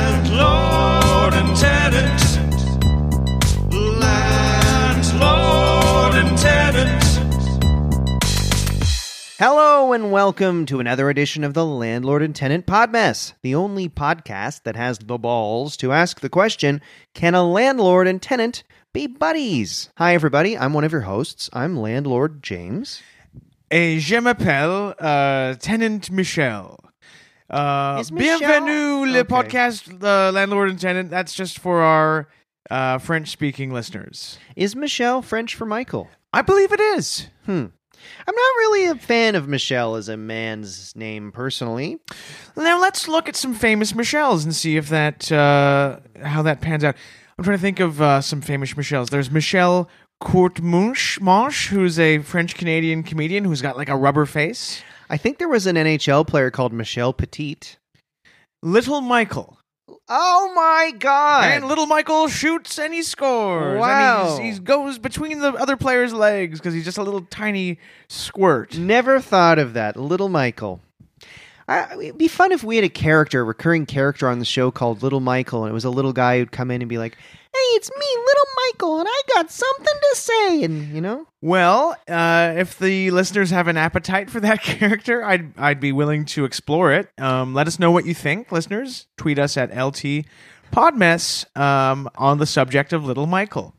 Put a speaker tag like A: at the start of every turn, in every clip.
A: Landlord and tenant. Landlord and tenant.
B: Hello and welcome to another edition of the Landlord and Tenant Podmess, the only podcast that has the balls to ask the question, can a landlord and tenant be buddies? Hi everybody, I'm one of your hosts. I'm landlord James.
C: Et je m'appelle euh, Tenant Michel. Uh,
B: Is Michel-
C: Bienvenue le
B: Okay.
C: podcast uh, Landlord and Tenant. That's just for our uh, French speaking listeners.
B: Is Michelle French for Michael?
C: I believe it is.
B: I'm not really a fan of Michelle as a man's name personally.
C: Now let's look at some famous Michelles and see if that uh, how that pans out. I'm trying to think of uh, some famous Michelles. There's Michelle Courtemanche, Manche, who's a French Canadian comedian who's got like a rubber face.
B: I think there was an NHL player called Michelle Petit.
C: Little Michael.
B: Oh my god.
C: And little Michael shoots and he scores.
B: Wow.
C: And he's, he goes between the other player's legs because he's just a little tiny squirt.
B: Never thought of that, Little Michael. I, it'd be fun if we had a character, a recurring character on the show called Little Michael, and it was a little guy who'd come in and be like, "Hey, it's me, Little Michael, and I got something to say," and you know,
C: Well, uh, if the listeners have an appetite for that character, I'd I'd be willing to explore it. Um, let us know what you think, listeners. Tweet us at LT Podmess um, on the subject of Little Michael.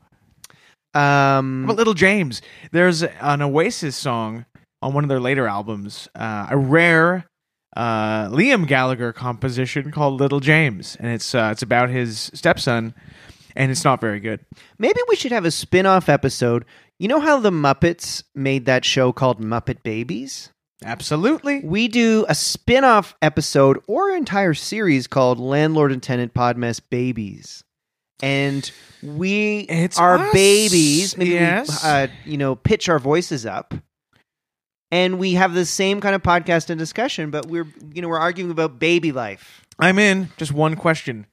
B: um,
C: But Little James, there's an Oasis song on one of their later albums, uh, a rare uh, Liam Gallagher composition called Little James, and it's uh, it's about his stepson, and it's not very good.
B: maybe we should have a spin-off episode. You know how the Muppets made that show called Muppet Babies?
C: Absolutely,
B: We do a spin-off episode or entire series called Landlord and Tenant Podmess Babies. And we
C: It's
B: are
C: us,
B: babies. Maybe
C: yes.
B: we, uh, you know, pitch our voices up. And we have the same kind of podcast and discussion, but we're you know, we're arguing about baby life.
C: I'm in. Just one question: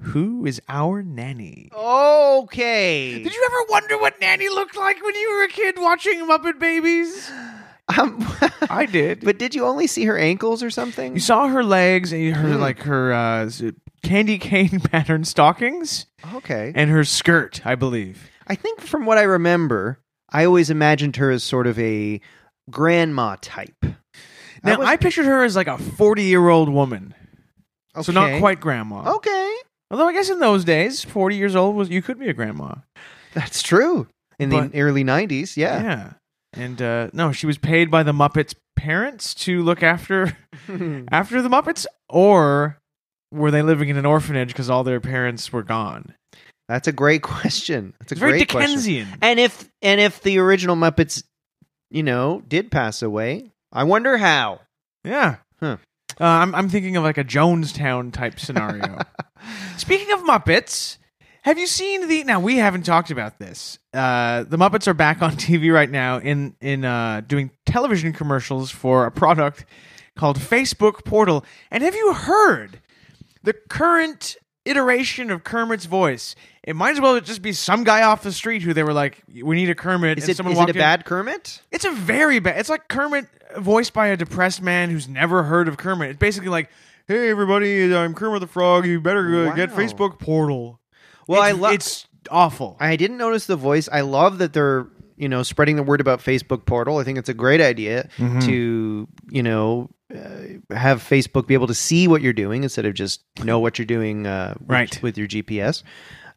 C: Who is our nanny?
B: Okay.
C: Did you ever wonder what nanny looked like when you were a kid watching Muppet Babies?
B: um,
C: I did.
B: but did you only see her ankles or something?
C: you saw her legs and her
B: Mm.
C: like her uh, s- candy cane pattern stockings.
B: okay.
C: and her skirt, I believe.
B: I think from what I remember, I always imagined her as sort of a grandma type.
C: Now I,
B: was-
C: pictured her as like a forty-year-old woman, so not
B: Okay.
C: quite grandma.
B: Okay.
C: Although I guess in those days, forty years old was you could be a grandma.
B: That's true. In
C: But-
B: the early 90s, yeah.
C: and uh, no, she was paid by the Muppets' parents to look after after the Muppets, or were they living in an orphanage because all their parents were gone?
B: That's a great question. That's a
C: It's very
B: great question.
C: Dickensian.
B: And if and if the original Muppets, you know, did pass away, I wonder how.
C: Yeah.
B: Huh.
C: Uh, I'm, I'm thinking of like a Jonestown type scenario. Speaking of Muppets, have you seen the? Now we haven't talked about this. Uh, the Muppets are back on TV right now in in uh, doing television commercials for a product called Facebook Portal. And have you heard the current iteration of Kermit's voice? It might as well just be some guy off the street who they were like, "We need a Kermit."
B: Is
C: and
B: it
C: someone
B: is it
C: walked
B: a
C: in.
B: bad Kermit?
C: It's a very bad. It's like Kermit voiced by a depressed man who's never heard of Kermit. It's basically like, "Hey everybody, I'm Kermit the Frog. You better uh, get
B: Wow.
C: Facebook Portal."
B: Well, I
C: It's-
B: love
C: It's awful.
B: I didn't notice the voice. I love that they're you know spreading the word about Facebook Portal. I think it's a great idea to you know uh, have Facebook be able to see what you're doing instead of just know what you're doing uh, with-
C: Right.
B: with your GPS.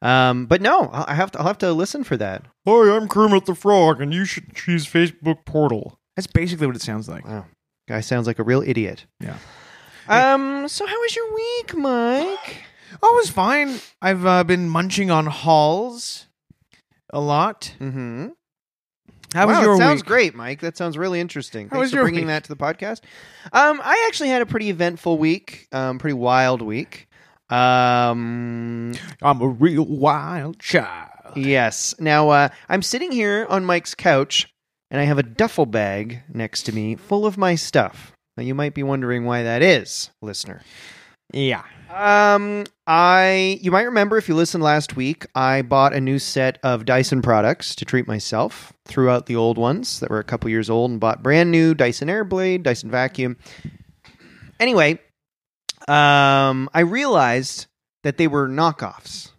B: Um, but no, I'll- I have to. I'll have to listen for that.
C: Hi, I'm Kermit the Frog, and you should choose Facebook Portal. That's basically what it sounds like.
B: Wow, guy sounds like a real idiot.
C: Yeah.
B: Um. So how was your week, Mike?
C: Oh, it's fine. I've uh, been munching on halls a lot.
B: Mm-hmm.
C: How was
B: wow,
C: your
B: that sounds
C: week?
B: great, Mike. That sounds really interesting. Thanks
C: was
B: for
C: your
B: bringing
C: week?
B: that to the podcast. Um, I actually had a pretty eventful week, um, pretty wild week. Um,
C: I'm a real wild child.
B: yes. Now uh, I'm sitting here on Mike's couch, and I have a duffel bag next to me full of my stuff. Now you might be wondering why that is, listener.
C: Yeah.
B: Um, I you might remember if you listened last week, I bought a new set of Dyson products to treat myself. Threw out the old ones that were a couple years old and bought brand new Dyson Airblade, Dyson vacuum. Anyway, um, I realized that they were knockoffs.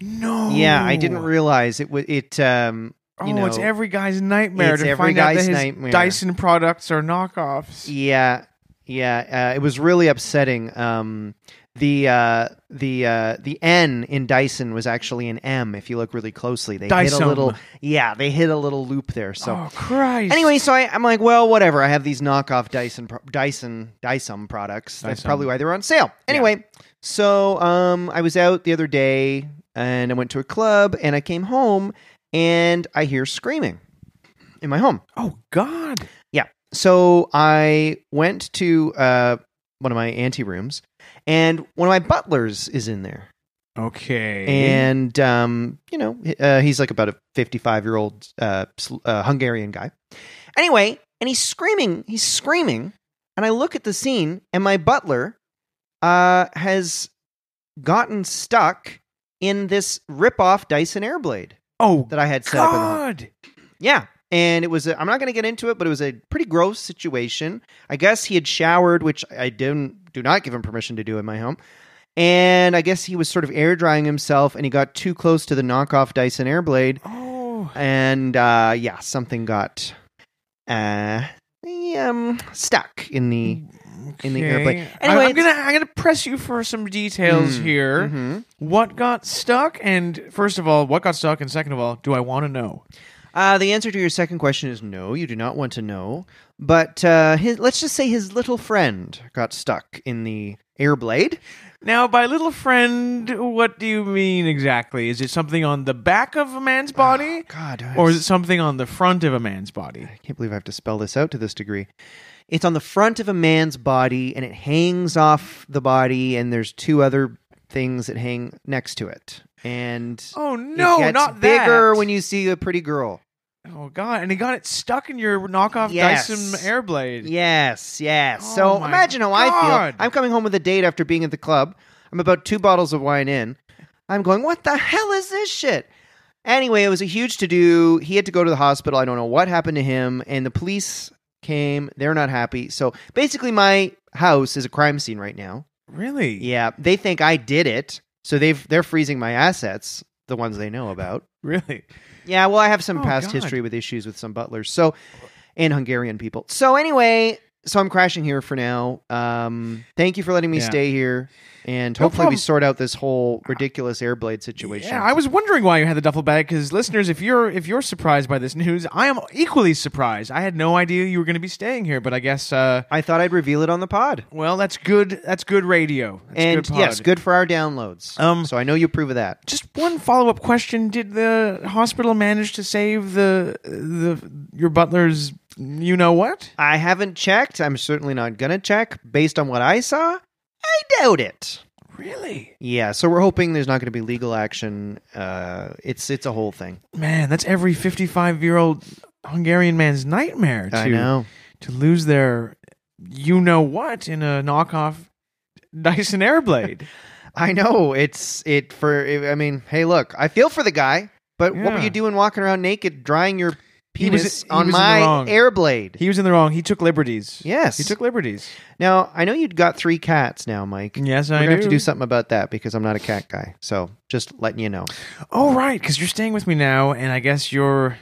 C: No.
B: Yeah, I didn't realize it was it. Um,
C: Oh,
B: you know,
C: it's every guy's nightmare
B: it's
C: to
B: every
C: find out that
B: guy's
C: his
B: nightmare. E,
C: Dyson products are knockoffs.
B: Yeah, yeah. Uh, it was really upsetting. Um, the uh, the uh, the N in Dyson was actually an M. If you look really closely, they hit a
C: Dyson.
B: little. Yeah, they hit a little loop there. So.
C: Oh Christ!
B: Anyway, so I, I'm like, well, whatever. I have these knockoff Dyson, pro- Dyson, Dyson products. That's
C: Dyson.
B: probably why they're on sale. Anyway, so um, I was out the other day and I went to a club and I came home and I hear screaming in my home.
C: Oh God!
B: Yeah. So I went to uh, one of my ante rooms, and one of my butlers is in there,
C: Okay.
B: and um, you know, h- uh, he's like about a fifty-five-year-old uh, sl- uh, Hungarian guy. Anyway, and he's screaming. He's screaming, and I look at the scene, and my butler uh, has gotten stuck in this rip-off Dyson Airblade
C: oh
B: that I had set up in the home.
C: God!
B: Yeah. And it was, a, I'm not going to get into it, but it was a pretty gross situation. I guess he had showered, which I didn't, do not give him permission to do in my home. And I guess he was sort of air drying himself and he got too close to the knockoff Dyson Airblade.
C: Oh.
B: And uh, yeah, something got uh, um, stuck in
C: Hmm.
B: the. In the airplane.
C: Mm, Okay.
B: Anyway,
C: I, am
B: it's-
C: gonna I'm gonna press you for some details
B: Mm,
C: here.
B: Mhm.
C: What got stuck? And first of all, what got stuck? And second of all, do I want to know?
B: Uh, the answer to your second question is no, you do not want to know. But uh, his, let's just say his little friend got stuck in the airblade.
C: Now, by little friend, what do you mean exactly? Is it something on the back of a man's body,
B: Ah, God,
C: or is it something on the front of a man's body?
B: I can't believe I have to spell this out to this degree. It's on the front of a man's body and it hangs off the body, and there's two other things that hang next to it. And
C: Oh no,
B: it gets
C: not that.
B: bigger when you see a pretty girl.
C: Oh god, and he got it stuck in your knockoff
B: Yes.
C: Dyson Airblade.
B: Yes, yes.
C: Oh
B: so
C: my
B: imagine how I feel.
C: God.
B: I'm coming home with a date after being at the club. I'm about two bottles of wine in. I'm going, what the hell is this shit? Anyway, it was a huge to do. He had to go to the hospital. I don't know what happened to him. And the police came. They're not happy. So basically, my house is a crime scene right now.
C: Really?
B: Yeah, they think I did it. So they've they're freezing my assets, the ones they know about.
C: Really?
B: Yeah, well, I have some
C: Oh,
B: past
C: God.
B: history with issues with some butlers, so and Hungarian people. So anyway, so I'm crashing here for now. Um, thank you for letting me
C: Yeah.
B: stay here, and
C: No
B: hopefully we
C: problem.
B: sort out this whole ridiculous airblade situation.
C: Yeah, I was wondering why you had the duffel bag because listeners, if you're if you're surprised by this news, I am equally surprised. I had no idea you were going to be staying here, but I guess uh,
B: I thought I'd reveal it on the pod,
C: well, that's good. That's good radio. That's
B: and
C: good pod.
B: yes, good for our downloads.
C: Um,
B: so I know you approve of that.
C: Just one follow up question: Did the hospital manage to save the the your butler's you know what?
B: I haven't checked. I'm certainly not gonna check based on what I saw. I doubt it.
C: Really,
B: Yeah, so we're hoping there's not going to be legal action. Uh, it's it's a whole thing.
C: man, that's every fifty five year old Hungarian man's nightmare. To,
B: I know.
C: to lose their you know what in a knockoff Dyson Airblade.
B: I know it's it for. I mean, hey, look, I feel for the guy, but what were
C: Yeah.
B: you doing walking around naked, drying your
C: He was-
B: penis
C: he
B: on
C: was in the
B: my
C: wrong.
B: airblade?
C: He was in the wrong. He took liberties.
B: yes.
C: He took liberties.
B: now I know you'd got three cats now, Mike.
C: Yes,
B: We're
C: Mm, I
B: gonna have to do something about that because I'm not a cat guy. So just letting you know.
C: Oh, right, because you're staying with me now, and I guess you're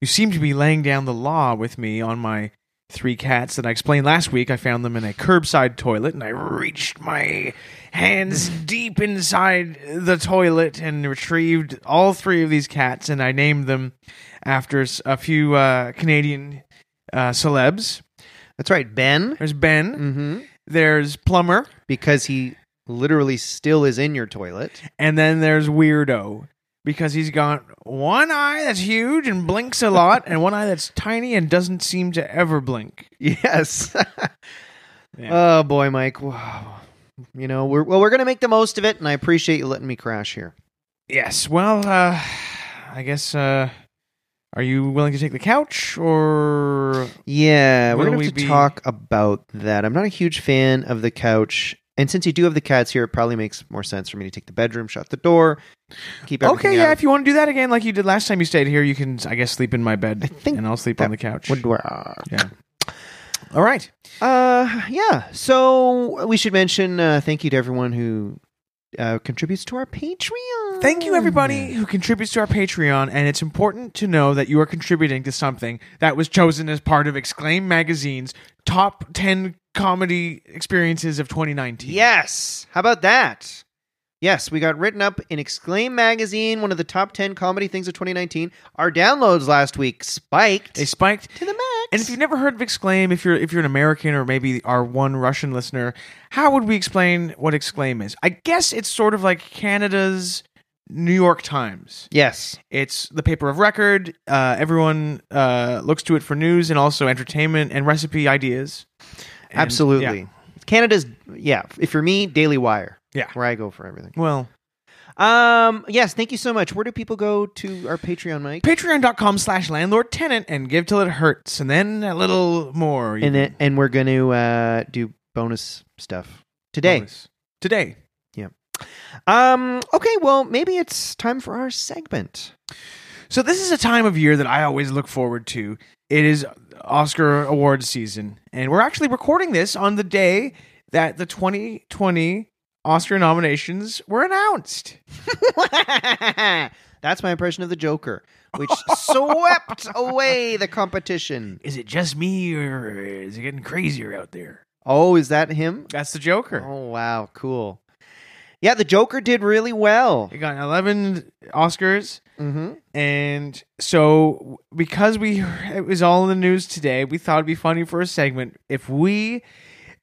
C: you seem to be laying down the law with me on my three cats that I explained last week. I found them in a curbside toilet, and I reached my hands deep inside the toilet and retrieved all three of these cats, and I named them after s- a few uh, Canadian uh, celebs.
B: That's right, Ben.
C: There's Ben.
B: Mm-hmm.
C: There's Plumber.
B: Because he literally still is in your toilet.
C: And then there's Weirdo because he's got one eye that's huge and blinks a lot, and one eye that's tiny and doesn't seem to ever blink.
B: Yes.
C: Yeah.
B: Oh boy, Mike. Wow. You know, we're well, we're gonna make the most of it, and I appreciate you letting me crash here.
C: Yes. Well, uh, I guess. Uh, are you willing to take the couch or?
B: Yeah, we're
C: Will
B: gonna
C: we
B: have to
C: be-
B: talk about that. I'm not a huge fan of the couch, and since you do have the cats here, it probably makes more sense for me to take the bedroom, shut the door, keep everything.
C: Okay. Yeah.
B: out.
C: If you want to do that again, like you did last time you stayed here, you can. I uh, guess sleep in my
B: I
C: bed,
B: think
C: and I'll sleep
B: that
C: on the couch.
B: would work.
C: Yeah. All right.
B: Uh, yeah. So we should mention uh, thank you to everyone who uh, contributes to our Patreon.
C: Thank you, everybody who contributes to our Patreon, and it's important to know that you are contributing to something that was chosen as part of Exclaim Magazine's top 10 comedy experiences of 2019.
B: Yes. How about that? Yes, we got written up in Exclaim magazine, one of the top 10 comedy things of 2019. Our downloads last week spiked
C: They spiked.
B: to the max.
C: And if you've never heard of Exclaim, if you're if you're an American or maybe our one Russian listener, how would we explain what Exclaim is? I guess it's sort of like Canada's New York Times.
B: Yes.
C: It's the paper of record. Uh, everyone uh, looks to it for news and also entertainment and recipe ideas. And-
B: Absolutely.
C: yeah.
B: Canada's yeah, if for me, Daily Wire.
C: Yeah.
B: Where I go for everything.
C: Well,
B: Um, yes, thank you so much. Where do people go to our Patreon, Mike?
C: patreon.com slash landlord tenant and give till it hurts and then a little more.
B: and then, and we're going to uh do bonus stuff today.
C: Bonus. Today.
B: Um, okay, well, maybe it's time for our segment.
C: So this is a time of year that I always look forward to. It is Oscar awards season, and we're actually recording this on the day that the 2020 Oscar nominations were announced.
B: That's my impression of the Joker, which swept away the competition.
C: Is it just me, or is it getting crazier out there?
B: Oh, is that him?
C: That's the Joker.
B: Oh, wow, cool. Yeah, the Joker did really well.
C: It got 11 Oscars.
B: Mhm.
C: And so, because we it was all in the news today, we thought it'd be funny for a segment if we,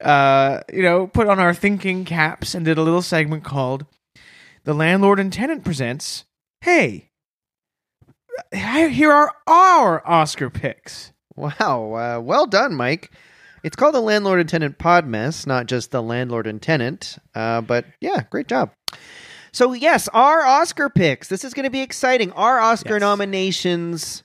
C: uh, you know, put on our thinking caps and did a little segment called "The Landlord and Tenant Presents." Hey, here are our Oscar picks.
B: Wow, uh, well done, Mike. It's called the landlord and tenant pod mess, not just the landlord and tenant. Uh, but yeah, great job. So yes, our Oscar picks. This is going to be exciting. Our Oscar
C: Yes.
B: nominations,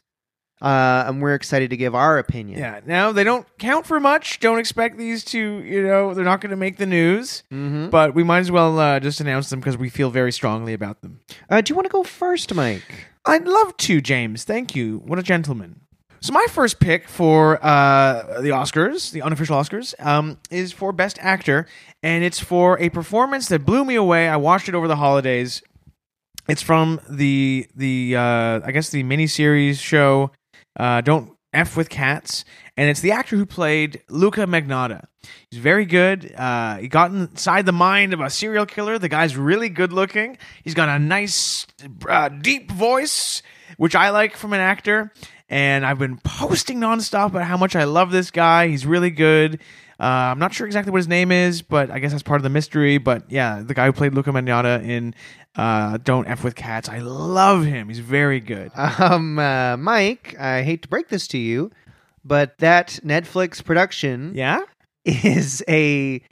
B: uh, and we're excited to give our opinion.
C: Yeah. Now they don't count for much. Don't expect these to, you know, they're not going to make the news.
B: Mhm.
C: But we might as well uh, just announce them because we feel very strongly about them.
B: Uh, do you want to go first, Mike?
C: I'd love to, James. Thank you. What a gentleman. So my first pick for uh, the Oscars, the unofficial Oscars, um, is for Best Actor, and it's for a performance that blew me away. I watched it over the holidays. It's from the the uh, I guess the miniseries show uh, Don't F with Cats, and it's the actor who played Luca Magnotta. He's very good. Uh, he got inside the mind of a serial killer. The guy's really good looking. He's got a nice, uh, deep voice, which I like from an actor. And I've been posting nonstop about how much I love this guy. He's really good. Uh, I'm not sure exactly what his name is, but I guess that's part of the mystery. But yeah, the guy who played Luca Magnotta in uh, Don't F with Cats, I love him. He's very good.
B: Um, uh, Mike, I hate to break this to you, but that Netflix production
C: Yeah?
B: is a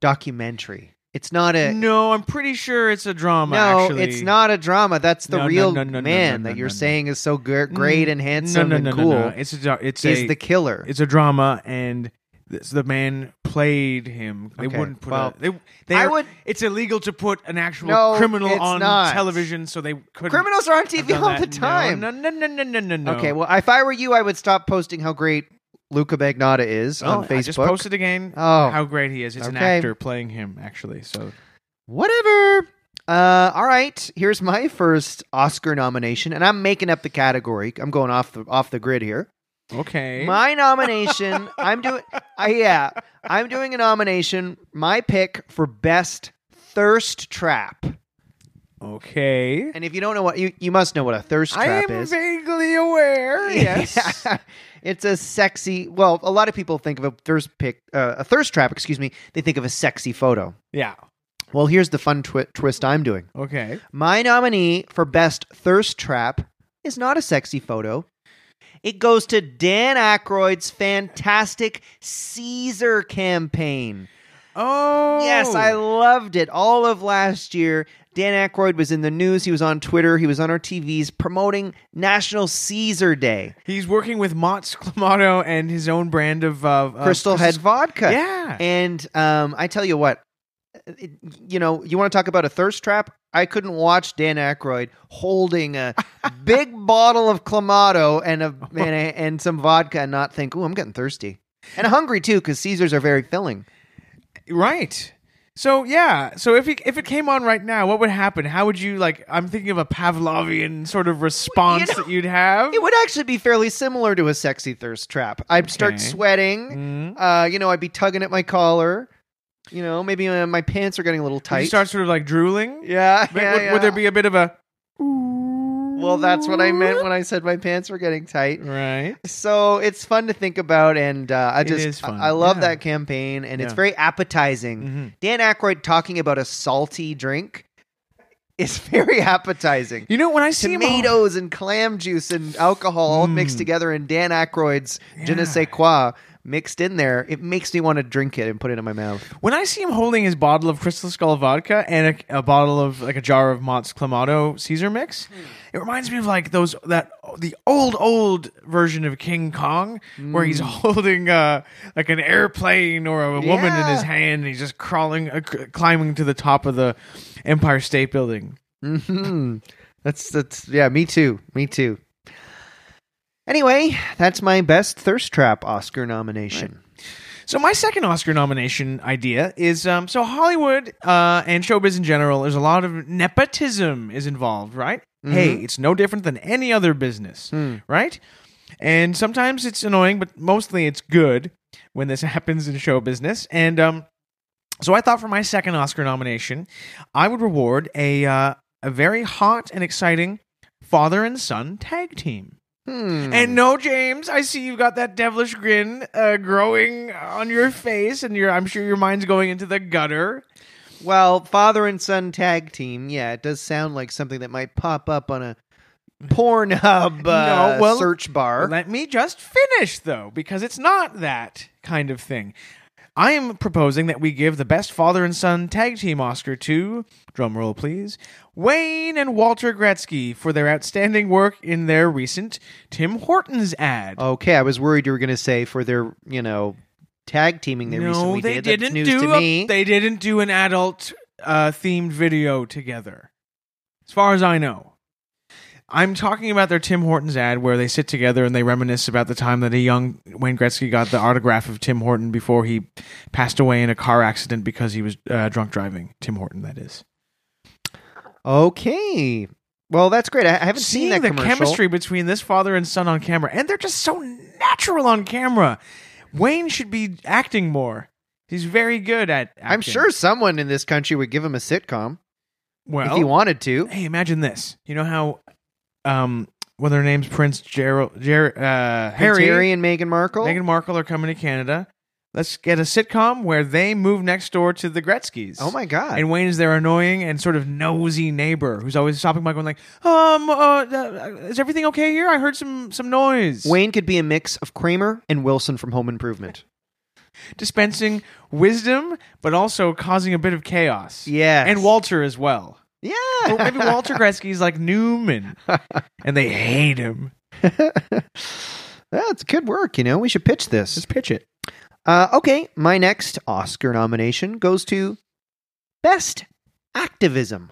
B: documentary. It's not a
C: No, I'm pretty sure it's a drama.
B: no,
C: actually.
B: it's not a drama. That's the
C: No, no,
B: real
C: no, no, no,
B: man
C: no, no,
B: that you're
C: no, no.
B: saying is so gr- great and handsome
C: no, no, no,
B: and cool.
C: No, no. It's a do- it's
B: He's
C: a
B: the killer.
C: it's a drama, and this, the man played him. They
B: Okay,
C: wouldn't put
B: well,
C: a, they, they
B: I
C: are-
B: would-
C: It's illegal to put an actual
B: No,
C: criminal
B: it's
C: on
B: not.
C: television, so they couldn't.
B: Criminals are on
C: have
B: TV
C: done
B: all
C: that.
B: the
C: No,
B: time.
C: No, no, no, no, no, no, no.
B: Okay, well, if I were you, I would stop posting how great Luca Magnotta is
C: Well,
B: on Facebook.
C: Oh, I just posted again
B: Oh.
C: how great he is. It's an
B: Okay.
C: actor playing him, actually. So
B: Whatever. Uh, all right, here's my first Oscar nomination, and I'm making up the category. I'm going off the off the grid here.
C: okay,
B: My nomination. I'm doing. I yeah. I'm doing a nomination. My pick for best thirst trap.
C: okay.
B: And if you don't know what you, you must know what a thirst
C: I
B: trap
C: am
B: is.
C: vaguely aware. Yes.
B: it's a sexy. Well, a lot of people think of a thirst pick, uh, a thirst trap. Excuse me. They think of a sexy photo.
C: yeah.
B: Well, here's the fun twi- twist I'm doing.
C: Okay.
B: My nominee for best thirst trap is not a sexy photo. It goes to Dan Aykroyd's fantastic Caesar campaign.
C: Oh.
B: Yes, I loved it all of last year. Dan Aykroyd was in the news. He was on Twitter. He was on our TVs promoting National Caesar Day.
C: He's working with Mott's Clamato and his own brand of uh, uh,
B: Crystal Head Vodka.
C: Yeah.
B: And um, I tell you what, it- you know, you want to talk about a thirst trap? I couldn't watch Dan Aykroyd holding a big bottle of Clamato and a, and, a, and some vodka and not think, "Ooh, I'm getting thirsty." and hungry too because Caesars are very filling.
C: Right. So yeah. So if it, if it came on right now, what would happen? How would you like? I'm thinking of a Pavlovian sort of response
B: know-
C: that you'd have.
B: It would actually be fairly similar to a sexy thirst trap. I'd start
C: Okay.
B: sweating.
C: Mhm.
B: Uh, you know, I'd be tugging at my collar. You know, maybe uh, my pants are getting a little
C: Would
B: tight.
C: you start sort of like drooling.
B: yeah,
C: But
B: yeah,
C: would,
B: yeah.
C: would there be a bit of a?
B: Well, that's what I meant when I said my pants were getting tight.
C: Right.
B: So it's fun to think about, and uh, I
C: It
B: just
C: is fun.
B: I, I love
C: Yeah.
B: that campaign, and it's
C: Yeah.
B: very appetizing.
C: Mm-hmm.
B: Dan Aykroyd talking about a salty drink is very appetizing.
C: You know when I see him-
B: Tomatoes and clam juice and alcohol all mixed
C: Mm.
B: together in Dan Aykroyd's je ne
C: Yeah.
B: sais quoi mixed in there. It makes me want to drink it and put it in my mouth.
C: When I see him holding his bottle of Crystal Skull vodka and a, a bottle of like a jar of Mott's Clamato Caesar mix, it reminds me of like those that the old old version of King Kong where he's holding uh, like an airplane or a woman in
B: Yeah.
C: his hand and he's just crawling uh, c- climbing to the top of the Empire State Building.
B: hmm That's that's yeah, me too. Me too. Anyway, that's my best thirst trap Oscar nomination.
C: So my second Oscar nomination idea is um, so Hollywood uh, and showbiz in general. There's a lot of nepotism is involved, right? Hey, it's no different than any other business, right? And sometimes it's annoying, but mostly it's good when this happens in show business. And um, so I thought for my second Oscar nomination, I would reward a uh, a very hot and exciting father and son tag team.
B: Hmm.
C: And no, James, I see you've got that devilish grin uh, growing on your face, and your I'm sure your mind's going into the gutter.
B: Well, father and son tag team. Yeah, it does sound like something that might pop up on a Pornhub uh,
C: well-
B: search bar.
C: Let me just finish, though, because it's not that kind of thing. I am proposing that we give the best father and son tag team Oscar to, drum roll please, Wayne and Walter Gretzky for their outstanding work in their recent Tim Hortons ad.
B: okay, I was worried you were going to say for their, you know, tag teaming they recently
C: they
B: did. That's
C: didn't
B: news
C: do
B: to
C: a-
B: me.
C: they didn't do an adult uh, themed video together. As far as I know. I'm talking about their Tim Hortons ad where they sit together and they reminisce about the time that a young Wayne Gretzky got the autograph of Tim Horton before he passed away in a car accident because he was uh, drunk driving. Tim Horton, that is.
B: okay. Well, that's great. I, I haven't
C: Seeing
B: seen that
C: the
B: commercial.
C: chemistry between this father and son on camera, and they're just so natural on camera. Wayne should be acting more. He's very good at. Acting.
B: I'm sure someone in this country would give him a sitcom
C: Well,
B: if he wanted to.
C: hey, imagine this. You know how, um, whether her name's Prince Gerald, Ger- uh, Harry,
B: Harry and Meghan Markle.
C: Meghan Markle are coming to Canada. Let's get a sitcom where they move next door to the Gretzky's.
B: oh my god.
C: And Wayne is their annoying and sort of nosy neighbor who's always stopping by, going like, "Um, uh, uh, is everything okay here? I heard some some noise."
B: Wayne could be a mix of Kramer and Wilson from Home Improvement.
C: dispensing wisdom, but also causing a bit of chaos.
B: Yes.
C: and Walter as well.
B: Yeah.
C: Or maybe Walter Gretzky's like Newman, and they hate him.
B: That's good work, you know. We should pitch this.
C: Just pitch it.
B: Uh, okay, my next Oscar nomination goes to Best Activism.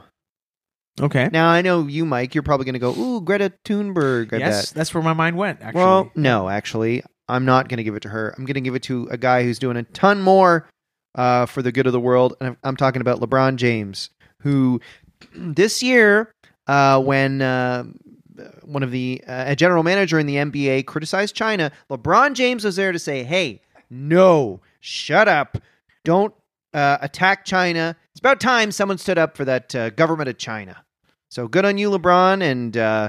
C: Okay.
B: Now, I know you, Mike, you're probably going to go, ooh, Greta Thunberg. I
C: yes,
B: bet."
C: that's where my mind went. Actually,
B: Well, no, actually, I'm not going to give it to her. I'm going to give it to a guy who's doing a ton more uh, for the good of the world. And I'm, I'm talking about LeBron James, who this year, uh, when uh, one of the uh, a general manager in the NBA criticized China, LeBron James was there to say, "Hey, no, shut up, don't uh, attack China." It's about time someone stood up for that uh, government of China. So good on you, LeBron, and uh,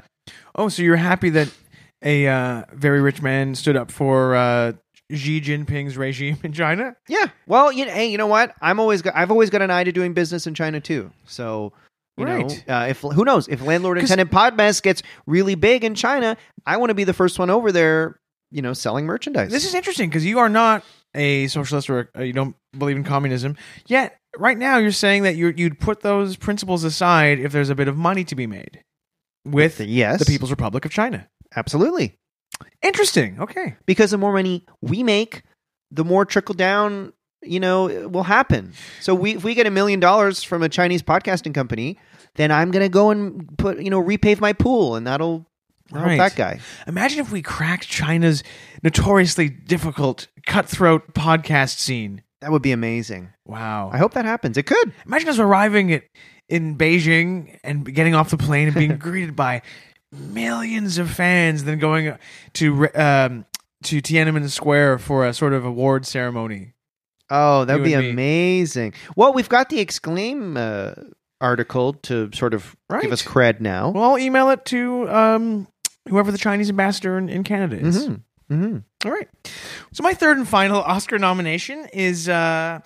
C: oh, so you're happy that a uh, very rich man stood up for uh, Xi Jinping's regime in China?
B: Yeah. Well, you know, hey, you know what? I'm always go- I've always got an eye to doing business in China too. So you
C: Right.
B: know, uh, if who knows if landlord and
C: 'Cause-
B: tenant Podmas gets really big in China, I want to be the first one over there. You know, selling merchandise.
C: This is interesting because you are not a socialist or uh, you don't believe in communism. Yet, right now, you're saying that you you'd put those principles aside if there's a bit of money to be made with the,
B: yes,
C: People's Republic of China.
B: absolutely
C: Interesting. Okay.
B: because the more money we make, the more trickle down. You know, it will happen. So we, if we get a million dollars from a Chinese podcasting company, then I'm gonna go and put you know repave my pool, and that'll I hope
C: Right.
B: that guy.
C: Imagine if we cracked China's notoriously difficult, cutthroat podcast scene.
B: That would be amazing.
C: Wow.
B: I hope that happens. It could.
C: Imagine us arriving at in Beijing and getting off the plane and being greeted by millions of fans, then going uh, to um, to Tiananmen Square for a sort of award ceremony.
B: Oh, that would be
C: You and me.
B: amazing. Well, we've got the exclaim uh, article to sort of
C: Right.
B: give us cred now.
C: Well, I'll email it to um, whoever the Chinese ambassador in, in Canada is.
B: Mhm. Mhm.
C: All right. So my third and final Oscar nomination is uh,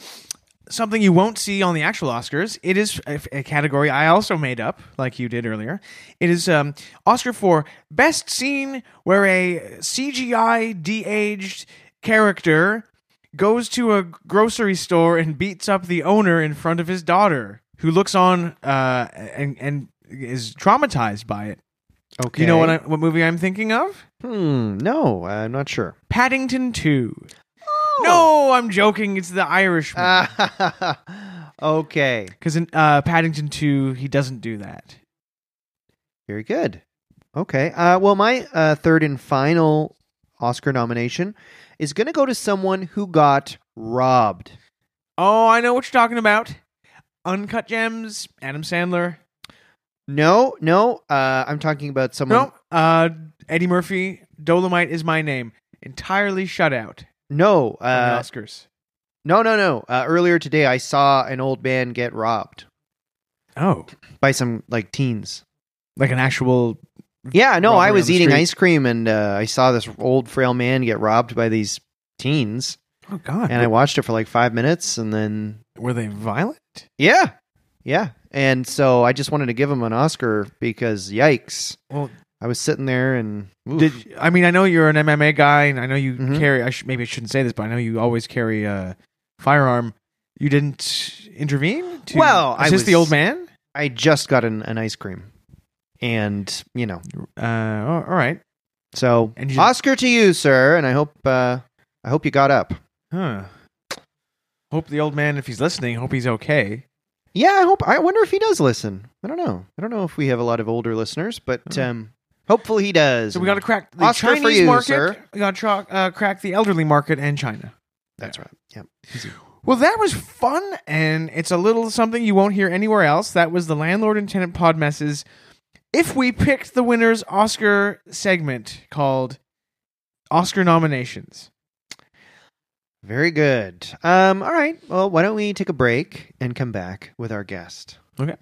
C: something you won't see on the actual Oscars. It is a, a category I also made up, like you did earlier. It is um, Oscar for best scene where a CGI de-aged character goes to a grocery store and beats up the owner in front of his daughter, who looks on uh, and and is traumatized by it.
B: Okay.
C: Do you know what I, what movie I'm thinking of?
B: Hmm. No, I'm not sure.
C: Paddington 2. No,
B: Oh.
C: I'm joking. It's the Irishman.
B: Ah. okay.
C: Because in uh, Paddington 2, he doesn't do that.
B: Very good. Okay. Uh, well, my uh, third and final Oscar nomination is going to go to someone who got robbed.
C: Oh, I know what you're talking about. Uncut Gems, Adam Sandler.
B: No, no. Uh, I'm talking about someone.
C: No, uh, Eddie Murphy, Dolomite is my name. Entirely shut out
B: No.
C: from
B: Uh,
C: the Oscars.
B: no. No. No. Uh, earlier today, I saw an old man get robbed
C: Oh,
B: by some like teens.
C: like an actual.
B: Yeah. No.
C: Robbery
B: I
C: on
B: was
C: the
B: eating
C: street.
B: ice cream and uh, I saw this old frail man get robbed by these teens,
C: Oh, God.
B: and I watched it for like five minutes, and then
C: Were they violent?
B: Yeah. Yeah. And so I just wanted to give him an Oscar because yikes.
C: Well,
B: I was sitting there and oof.
C: Did I mean I know you're an MMA guy and I know you
B: Mhm.
C: carry I sh- maybe I shouldn't say this but I know you always carry a firearm. You didn't intervene to
B: Well, I
C: assist the
B: was-
C: old man.
B: I just got an, an ice cream. And, you know,
C: Uh, all all right,
B: so
C: And you-
B: Oscar to you, sir, and I hope uh I hope you got up.
C: huh? Hope the old man, if he's listening, hope he's okay.
B: Yeah, I hope I wonder if he does listen. I don't know. I don't know if we have a lot of older listeners, but um hopefully he does.
C: Hmm. So we got to
B: And
C: crack the
B: Oscar for
C: Chinese
B: you,
C: market.
B: sir.
C: We got to uh, crack the elderly market and China.
B: That's right. Yeah.
C: Well, that was fun, and it's a little something you won't hear anywhere else. That was the landlord and tenant pod messes. If we picked the winner's Oscar segment called Oscar nominations,
B: Very good. Um all right. Well, why don't we take a break and come back with our guest?
C: okay.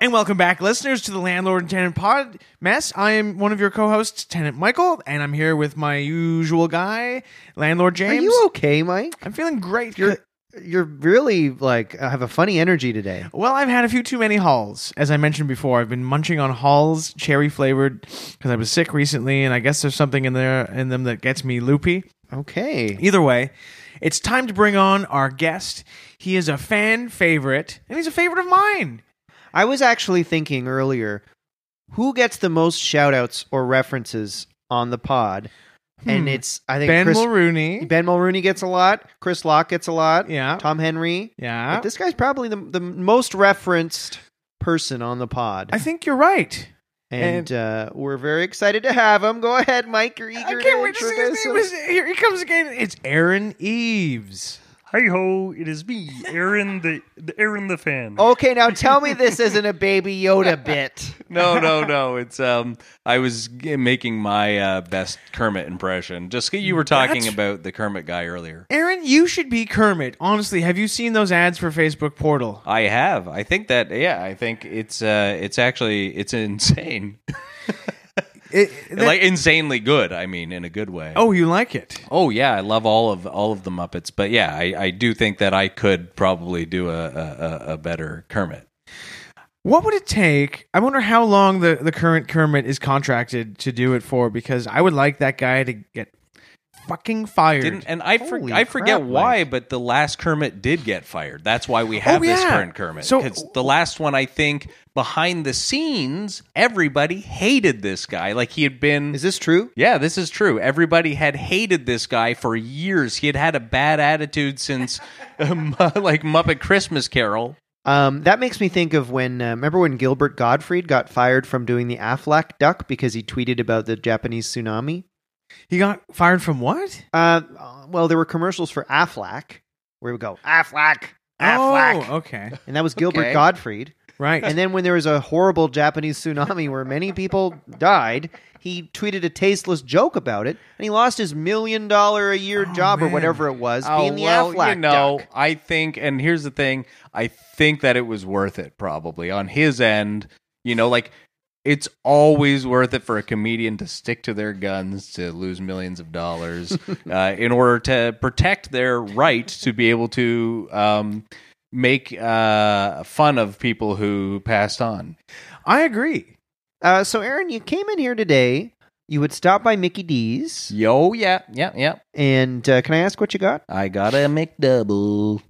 C: And welcome back, listeners, to the Landlord and Tenant Pod Mess. I am one of your co-hosts, Tenant Michael, and I'm here with my usual guy, Landlord James.
B: Are you okay, Mike?
C: I'm feeling great.
B: You're you're really like uh, have a funny energy today.
C: Well, I've had a few too many halls. As I mentioned before, I've been munching on halls, cherry flavored, because I was sick recently, and I guess there's something in there in them that gets me loopy.
B: Okay.
C: Either way, it's time to bring on our guest. He is a fan favorite, and he's a favorite of mine.
B: I was actually thinking earlier who gets the most shout outs or references on the pod? And
C: Hmm.
B: it's I think
C: Ben
B: Chris,
C: Mulrooney.
B: ben Mulrooney gets a lot, Chris Locke gets a lot,
C: Yeah.
B: Tom Henry.
C: Yeah.
B: But this guy's probably the the most referenced person on the pod.
C: I think you're right.
B: and uh, we're very excited to have him. Go ahead, Mike. You're eager
C: I
B: to
C: can't wait to see
B: introduce
C: his
B: him.
C: name. Is, here he comes again. It's Aaron Eves.
D: Hi ho, it is me, Aaron the, the Aaron the fan.
E: Oh,
B: Okay, now tell me this isn't a baby Yoda bit.
E: no, no, no. It's um, I was g- making my uh, best Kermit impression. Just you were talking
C: That's-
E: about the Kermit guy earlier.
C: Aaron, you should be Kermit. Honestly, have you seen those ads for Facebook Portal?
E: I have. I think that. Yeah, I think it's uh, it's actually it's insane,
C: It- that-
E: like insanely good. I mean, in a good way.
C: oh, you like it?
E: Oh, yeah, I love all of all of the Muppets, but yeah, I, I do think that I could probably do a, a, a- a better Kermit.
C: What would it take? I wonder how long the, the current Kermit is contracted to do it for because I would like that guy to get fucking fired.
E: Didn't and I for,
B: Holy
E: I forget
B: crap, Oh,
E: why, but the last Kermit did get fired. That's why we have this
C: yeah.
E: current Kermit.
C: So-
E: because the last one, I think, behind the scenes, everybody hated this guy. Like he had been.
B: Is this true?
E: yeah, this is true. Everybody had hated this guy for years. He had had a bad attitude since, um, like Muppet Christmas Carol.
B: Um, that makes me think of when uh, remember when Gilbert Gottfried got fired from doing the Aflac duck because he tweeted about the Japanese tsunami.
C: He got fired from what?
B: Uh, well, there were commercials for Aflac where we go Aflac, Aflac,
C: Oh, okay.
B: and that was Gilbert
E: okay.
B: Gottfried.
C: Right.
B: And then when there was a horrible Japanese tsunami where many people died, he tweeted a tasteless joke about it, and he lost his million dollar a year job or
C: man.
B: whatever it was being the Aflac
E: Oh, you know,
B: duck.
E: I think, and here's the thing: I think that it was worth it, probably on his end. You know, like it's always worth it for a comedian to stick to their guns to lose millions of dollars uh, in order to protect their right to be able to um, make uh, fun of people who passed on.
C: I agree.
B: Uh, so, Aaron, you came in here today. You would stop by Mickey D's,
E: Yo, yeah, yeah, yeah.
B: and uh, can I ask what you got?
E: I got a McDouble.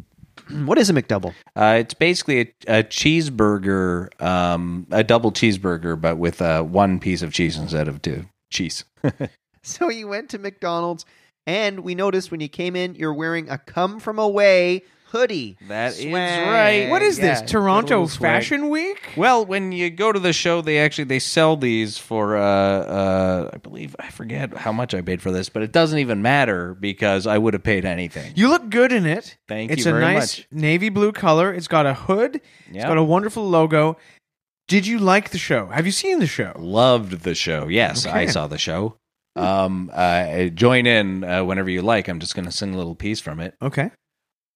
B: What is a McDouble?
E: Uh, it's basically a, a cheeseburger, um, a double cheeseburger, but with uh, one piece of cheese instead of two. Cheese.
B: So you went to McDonald's, and we noticed when you came in, you're wearing a "Come From Away" hoodie.
E: That is
B: Swag.
E: right.
C: What is
E: Yeah,
C: this? Toronto
E: little swag.
C: Fashion Week?
E: Well, when you go to the show, they actually they sell these for uh, uh, I believe I forget how much I paid for this, but it doesn't even matter because I would have paid anything.
C: You look good in it.
E: Thank
C: it's
E: you very
C: a nice
E: much.
C: navy blue color. It's got a hood. It's
E: Yeah.
C: got a wonderful logo. Did you like the show? Have you seen the show?
E: Loved the show. Yes, I
C: Okay.
E: saw the show. Um, uh, join in uh, whenever you like. I'm just going to sing a little piece from it.
C: Okay.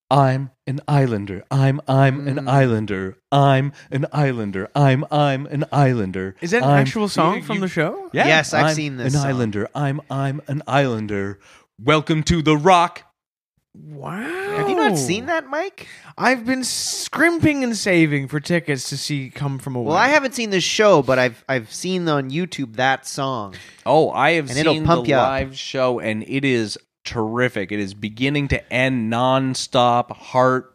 E: I'm an islander. I'm I'm an
B: Mm.
E: islander. I'm an islander. I'm I'm an islander.
C: Is that an
E: I'm-
C: actual song
E: You-
C: from
E: you-
C: the show?
E: Yeah,
B: Yes, I've
E: I'm
B: seen this
E: An
B: song.
E: islander. I'm I'm an islander. Welcome to the rock.
C: Wow.
B: Have you not seen that, Mike?
C: I've been scrimping and saving for tickets to see Come From Away.
B: Well, I haven't seen this show, but I've I've seen on YouTube that song.
E: Oh, I have
B: And it'll
E: seen
B: pump
E: the
B: you up.
E: live show, and it is terrific. It is beginning to end nonstop, heart.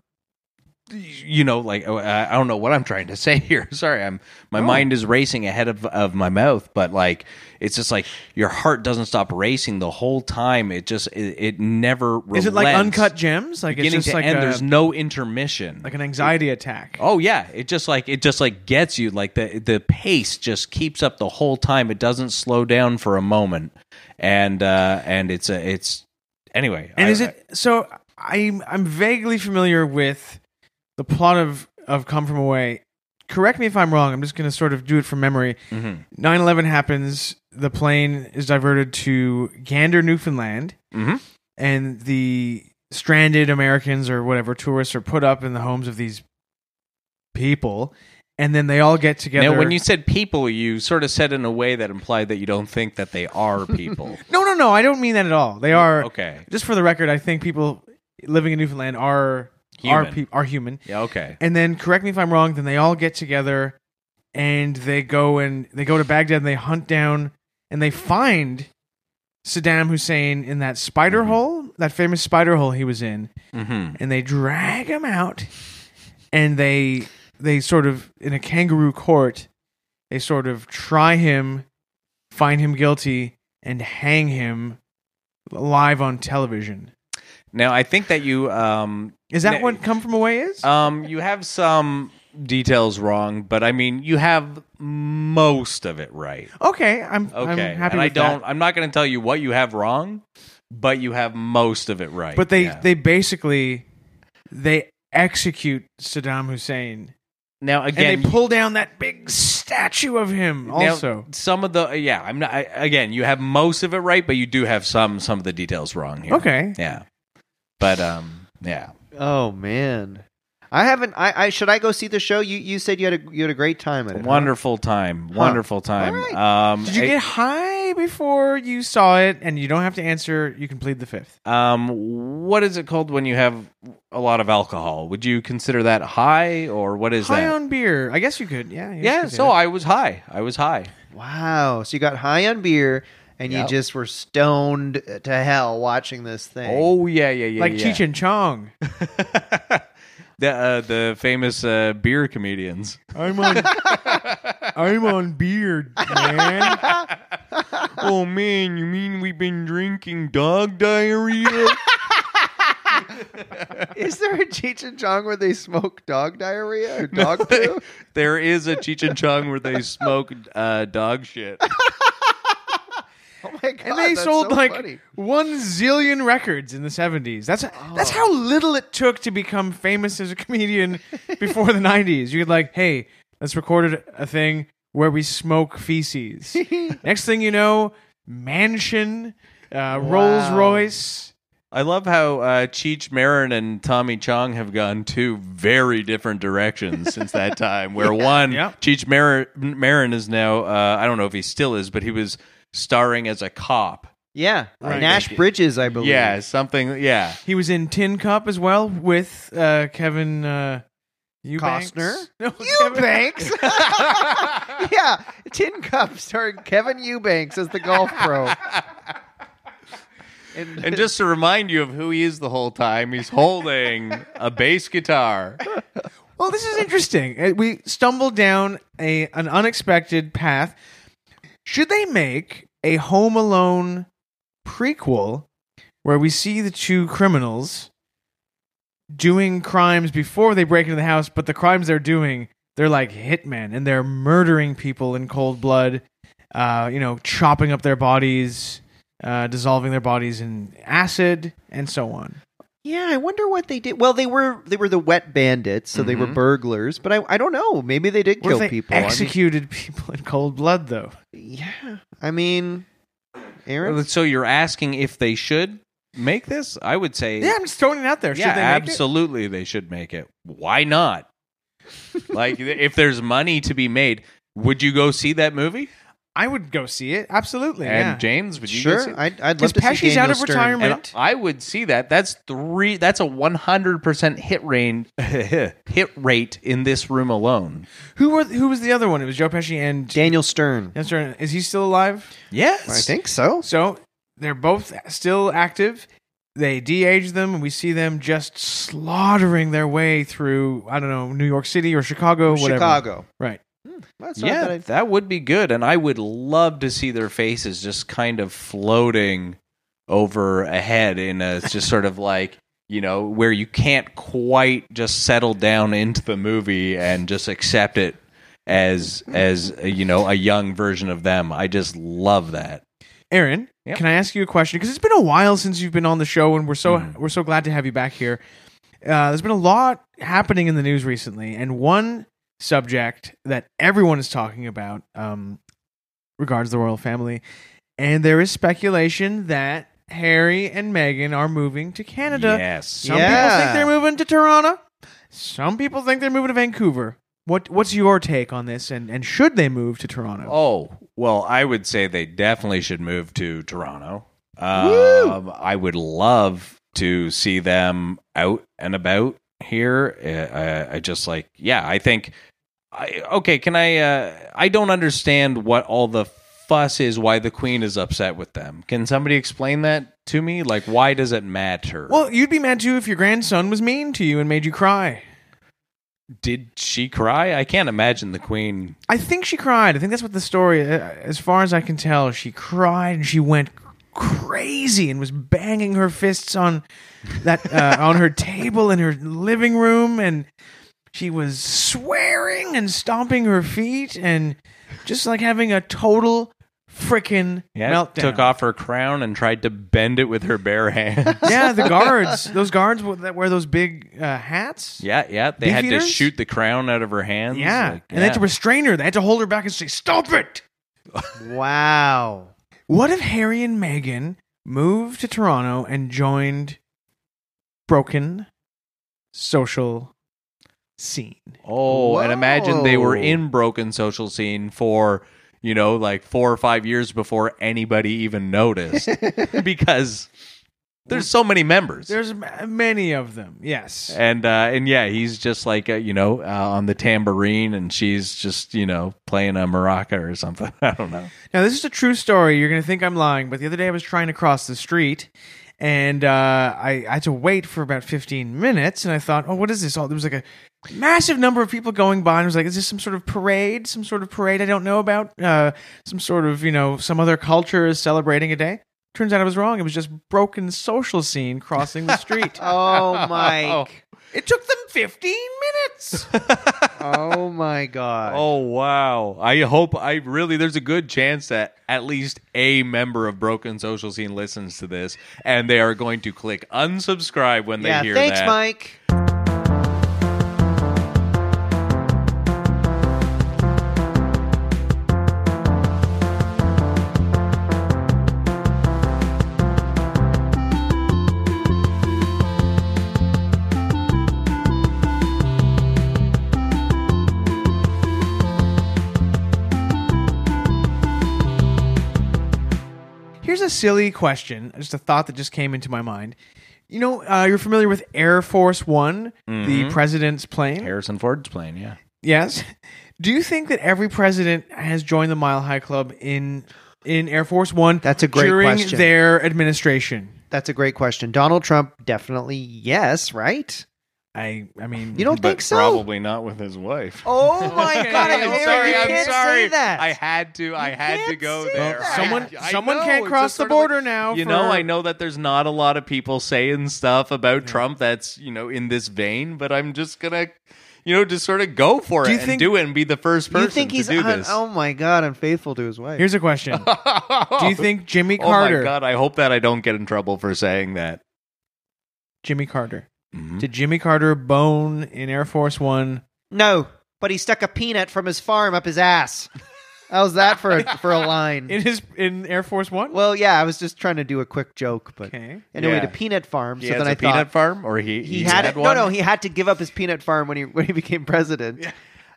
E: You know, like oh, I I don't know what I'm trying to say here. Sorry, I'm my mind is racing ahead of of my mouth, but like it's just like your heart doesn't stop racing the whole time. It just it, it never
C: Is it like
E: relents.
C: Uncut Gems? Like
E: beginning
C: it's just
E: to
C: like
E: end.
C: a-
E: there's no intermission.
C: like an anxiety attack.
E: Oh yeah, it just like it just like gets you like the the pace just keeps up the whole time. It doesn't slow down for a moment, and uh and it's a it's anyway.
C: and
E: I-
C: is it so? I'm I'm vaguely familiar with the plot of of Come From Away. Correct me if I'm wrong. I'm just going to sort of do it from memory.
E: I- mhm,
C: 9/11 happens. The plane is diverted to Gander, Newfoundland,
E: mhm.
C: and the stranded Americans or whatever tourists are put up in the homes of these people, and then they all get together.
E: Now, when you said people, you sort of said in a way that implied that you don't think that they are people.
C: no no no, I don't mean that at all. They are
E: Oh, okay.
C: just for the record. I think people living in Newfoundland are are
E: Human.
C: peop are human.
E: Yeah. Okay.
C: and then correct me if I'm wrong. Then they all get together, and they go and they go to Baghdad and they hunt down and they find Saddam Hussein in that spider hole, that famous spider hole he was in,
E: Mm-hmm.
C: and they drag him out, and they they sort of in a kangaroo court, they sort of try him, find him guilty, and hang him live on television.
E: Now I think that you um
C: Is that
E: Now-
C: what Come From Away is?
E: Um, you have some details wrong, but I mean, you have most of it right.
C: okay, I'm
E: Okay,
C: I'm happy
E: and I
C: with that.
E: don't. I'm not going to tell you what you have wrong, but you have most of it right.
C: but they
E: Yeah.
C: they basically they execute Saddam Hussein
E: now again
C: and they pull down that big statue of him
E: now,
C: also
E: some of the yeah. I'm not I, again. You have most of it right, but you do have some some of the details wrong here.
C: okay
E: yeah, but um, yeah.
B: Oh man, I haven't. I, I should I go see the show? You you said you had a you had a great time at it. huh?
E: Wonderful time, wonderful time.
B: All right.
E: Um,
C: did you
E: I-
C: get high before you saw it and you don't have to answer you can plead the fifth
E: um, what is it called when you have a lot of alcohol? Would you consider that high or what is
C: high
E: that?
C: on beer I guess you could yeah you
E: yeah,
C: could do
E: so
C: that.
E: I was high. I was high.
B: Wow. So you got high on beer and
E: Yep.
B: you just were stoned to hell watching this thing.
E: Oh yeah, yeah, yeah.
C: like
E: yeah.
C: Cheech and Chong.
E: the uh, the famous uh, beer comedians.
C: I'm on. I'm on beard, man.
E: oh man, you mean we've been drinking dog diarrhea?
B: Is there a Cheech and Chong where they smoke dog diarrhea or dog poo?
E: there is a Cheech and Chong where they smoke uh, dog shit.
B: Oh my god!
C: And they
B: that's
C: sold
B: so
C: like
B: funny. Oh.
C: one zillion records in the seventies. That's that's how little it took to become famous as a comedian before the nineties. You're like, hey, let's record a thing where we smoke feces. Next thing you know, mansion, uh, Rolls Royce.
E: I love how uh, Cheech Marin and Tommy Chong have gone two very different directions since that time. Where one,
C: Yeah.
E: Cheech Marin, Marin is now, uh, I don't know if he still is, but he was starring as a cop.
B: yeah,
E: Right.
B: Nash Bridges, I believe.
E: Yeah, something. Yeah.
C: He was in Tin Cup as well with uh, Kevin uh, Eubanks.
B: Costner?
C: No, Kevin-
B: Eubanks. yeah, Tin Cup starring Kevin Eubanks as the golf pro. And,
E: And just to remind you of who he is the whole time, he's holding a bass guitar.
C: Well, this is interesting. Uh, We stumbled down a an unexpected path. Should they make a Home Alone prequel where we see the two criminals doing crimes before they break into the house, but the crimes they're doing, they're like hitmen and they're murdering people in cold blood, uh, you know, chopping up their bodies, uh, dissolving their bodies in acid, and so on.
B: yeah, I wonder what they did. Well, they were they were the wet bandits, so they were burglars. But I I don't know. Maybe they did
C: What
B: kill
C: if they
B: people. I mean-
C: executed people in cold blood, though?
B: yeah, I mean, Aaron.
E: So you're asking if they should make this? I would say
C: Yeah, I'm just throwing it out there.
E: yeah,
C: Should they make it?
E: absolutely they should make it. Why not? like if there's money to be made, would you go see that movie?
C: I would go see it. Absolutely. yeah.
E: And James, would you go see
B: Sure,
E: it?
B: I'd, I'd
C: Is
B: love to see
C: Pesci's
B: Daniel
C: out of
B: Stern.
C: retirement?
E: And I would see that. That's three that's a 100% hit rate hit rate in this room alone.
C: who were who was the other one? It was Joe Pesci and
B: Daniel Stern.
C: That's right. Is he still alive?
E: Yes.
B: I think so.
C: So they're both still active. They de-age them, and we see them just slaughtering their way through. I don't know New York City or Chicago, whatever.
B: Chicago. Hmm,
C: Right.
B: That's not
E: yeah,
B: bad.
E: that, would be good, and I would love to see their faces just kind of floating over a head in a just sort of like you know where you can't quite just settle down into the movie and just accept it as as uh, you know a young version of them. I just love that.
C: Aaron,
E: Yep.
C: can I ask you a question? Because it's been a while since you've been on the show, and we're so we're so glad to have you back here. Uh, there's been a lot happening in the news recently, and one subject that everyone is talking about um, regards the royal family, and there is speculation that Harry and Meghan are moving to Canada.
E: Yes,
C: Some people
B: Yeah.
C: think they're moving to Toronto. Some people think they're moving to Vancouver. What What's your take on this? And and should they move to Toronto?
E: Oh, well, I would say they definitely should move to Toronto. Um, I would love to see them out and about here. Uh, I, I just like, yeah, I think, I, okay, can I, uh, I don't understand what all the fuss is why the queen is upset with them. Can somebody explain that to me? Like, why does it matter?
C: Well, you'd be mad too if your grandson was mean to you and made you cry.
E: did she cry? I can't imagine the queen.
C: I think she cried. I think that's what the story, uh, as far as I can tell, she cried and she went crazy and was banging her fists on that uh, on her table in her living room and she was swearing and stomping her feet and just like having a total freaking meltdown.
E: took off her crown and tried to bend it with her bare hands.
C: Yeah, the guards, those guards wa- that wear those big uh, hats.
E: Yeah, yeah. They had to
C: Beefeaters?
E: shoot the crown out of her hands.
C: Yeah.
E: Like,
C: and they had to
E: yeah.
C: restrain her. They had to hold her back and say, "Stop it!"
B: Wow.
C: What if Harry and Meghan moved to Toronto and joined Broken Social Scene?
E: oh, and imagine they were
B: Whoa.
E: in broken social scene for you know like four or five years before anybody even noticed because There's so many members.
C: There's m- many of them. Yes.
E: and uh, and yeah, he's just like uh, you know uh, on the tambourine, and she's just you know playing a maraca or something. I don't know.
C: Now, this is a true story. You're going to think I'm lying, but the other day I was trying to cross the street and uh, I, I had to wait for about 15 minutes. And I thought, oh, what is this? Oh, there was like a massive number of people going by. And I was like, is this some sort of parade? Some sort of parade I don't know about? Uh, some sort of, you know, some other culture is celebrating a day? Turns out I was wrong. It was just broken social scene crossing the street.
B: Oh, Mike.
C: It took them 15 minutes.
B: oh, my God.
E: Oh wow! I hope I really there's a good chance that at least a member of Broken Social Scene listens to this, and they are going to click unsubscribe when they
B: yeah,
E: hear
B: thanks,
E: that.
B: Mike.
C: Here's a silly question, just a thought that just came into my mind. You know, uh, you're familiar with Air Force One,
E: Mm-hmm.
C: the president's plane?
E: Harrison Ford's playing. Yeah,
C: yes. Do you think that every president has joined the Mile High Club in in Air Force One?
B: That's a great
C: during
B: question.
C: their administration.
B: That's a great question. Donald Trump, definitely yes, right?
C: I I mean,
B: You don't
E: but
B: think so?
E: probably not with his wife.
B: Oh, my God. I'm,
E: I'm
B: sorry.
E: sorry.
B: You
E: I'm
B: can't
E: sorry.
B: Say that.
E: I had to. I had to
B: can't
E: go
B: say
E: there.
B: that.
C: someone
E: I- I
C: someone
E: know,
C: can't
E: it's
C: cross
E: just
C: the
E: sort of like-
C: border now.
E: You
C: for-
E: know, I know that there's not a lot of people saying stuff about Trump that's, you know, in this vein, but I'm just going to, you know, just sort of go for
C: Do
E: it
C: you
E: and
C: think-
E: do it and be the first person
B: you think he's
E: to do
B: un-
E: this.
B: oh my god unfaithful to his wife
C: Here's a question: Do you think Jimmy
E: Oh my
C: Carter?
E: god, I hope that I don't get in trouble for saying that.
C: Jimmy Carter.
E: Mhm.
C: Did Jimmy Carter bone in Air Force One?
B: no but he stuck a peanut from his farm up his ass how's that for a, for a line
C: in his in Air Force One.
B: well yeah i was just trying to do a quick joke but
C: okay.
B: anyway
E: Yeah.
B: the peanut farm
E: He
B: so
E: has
B: then
E: a
B: I
E: peanut
B: thought
E: farm or he
B: he, had, it
E: one?
B: no no he had to give up his peanut farm when he when he became president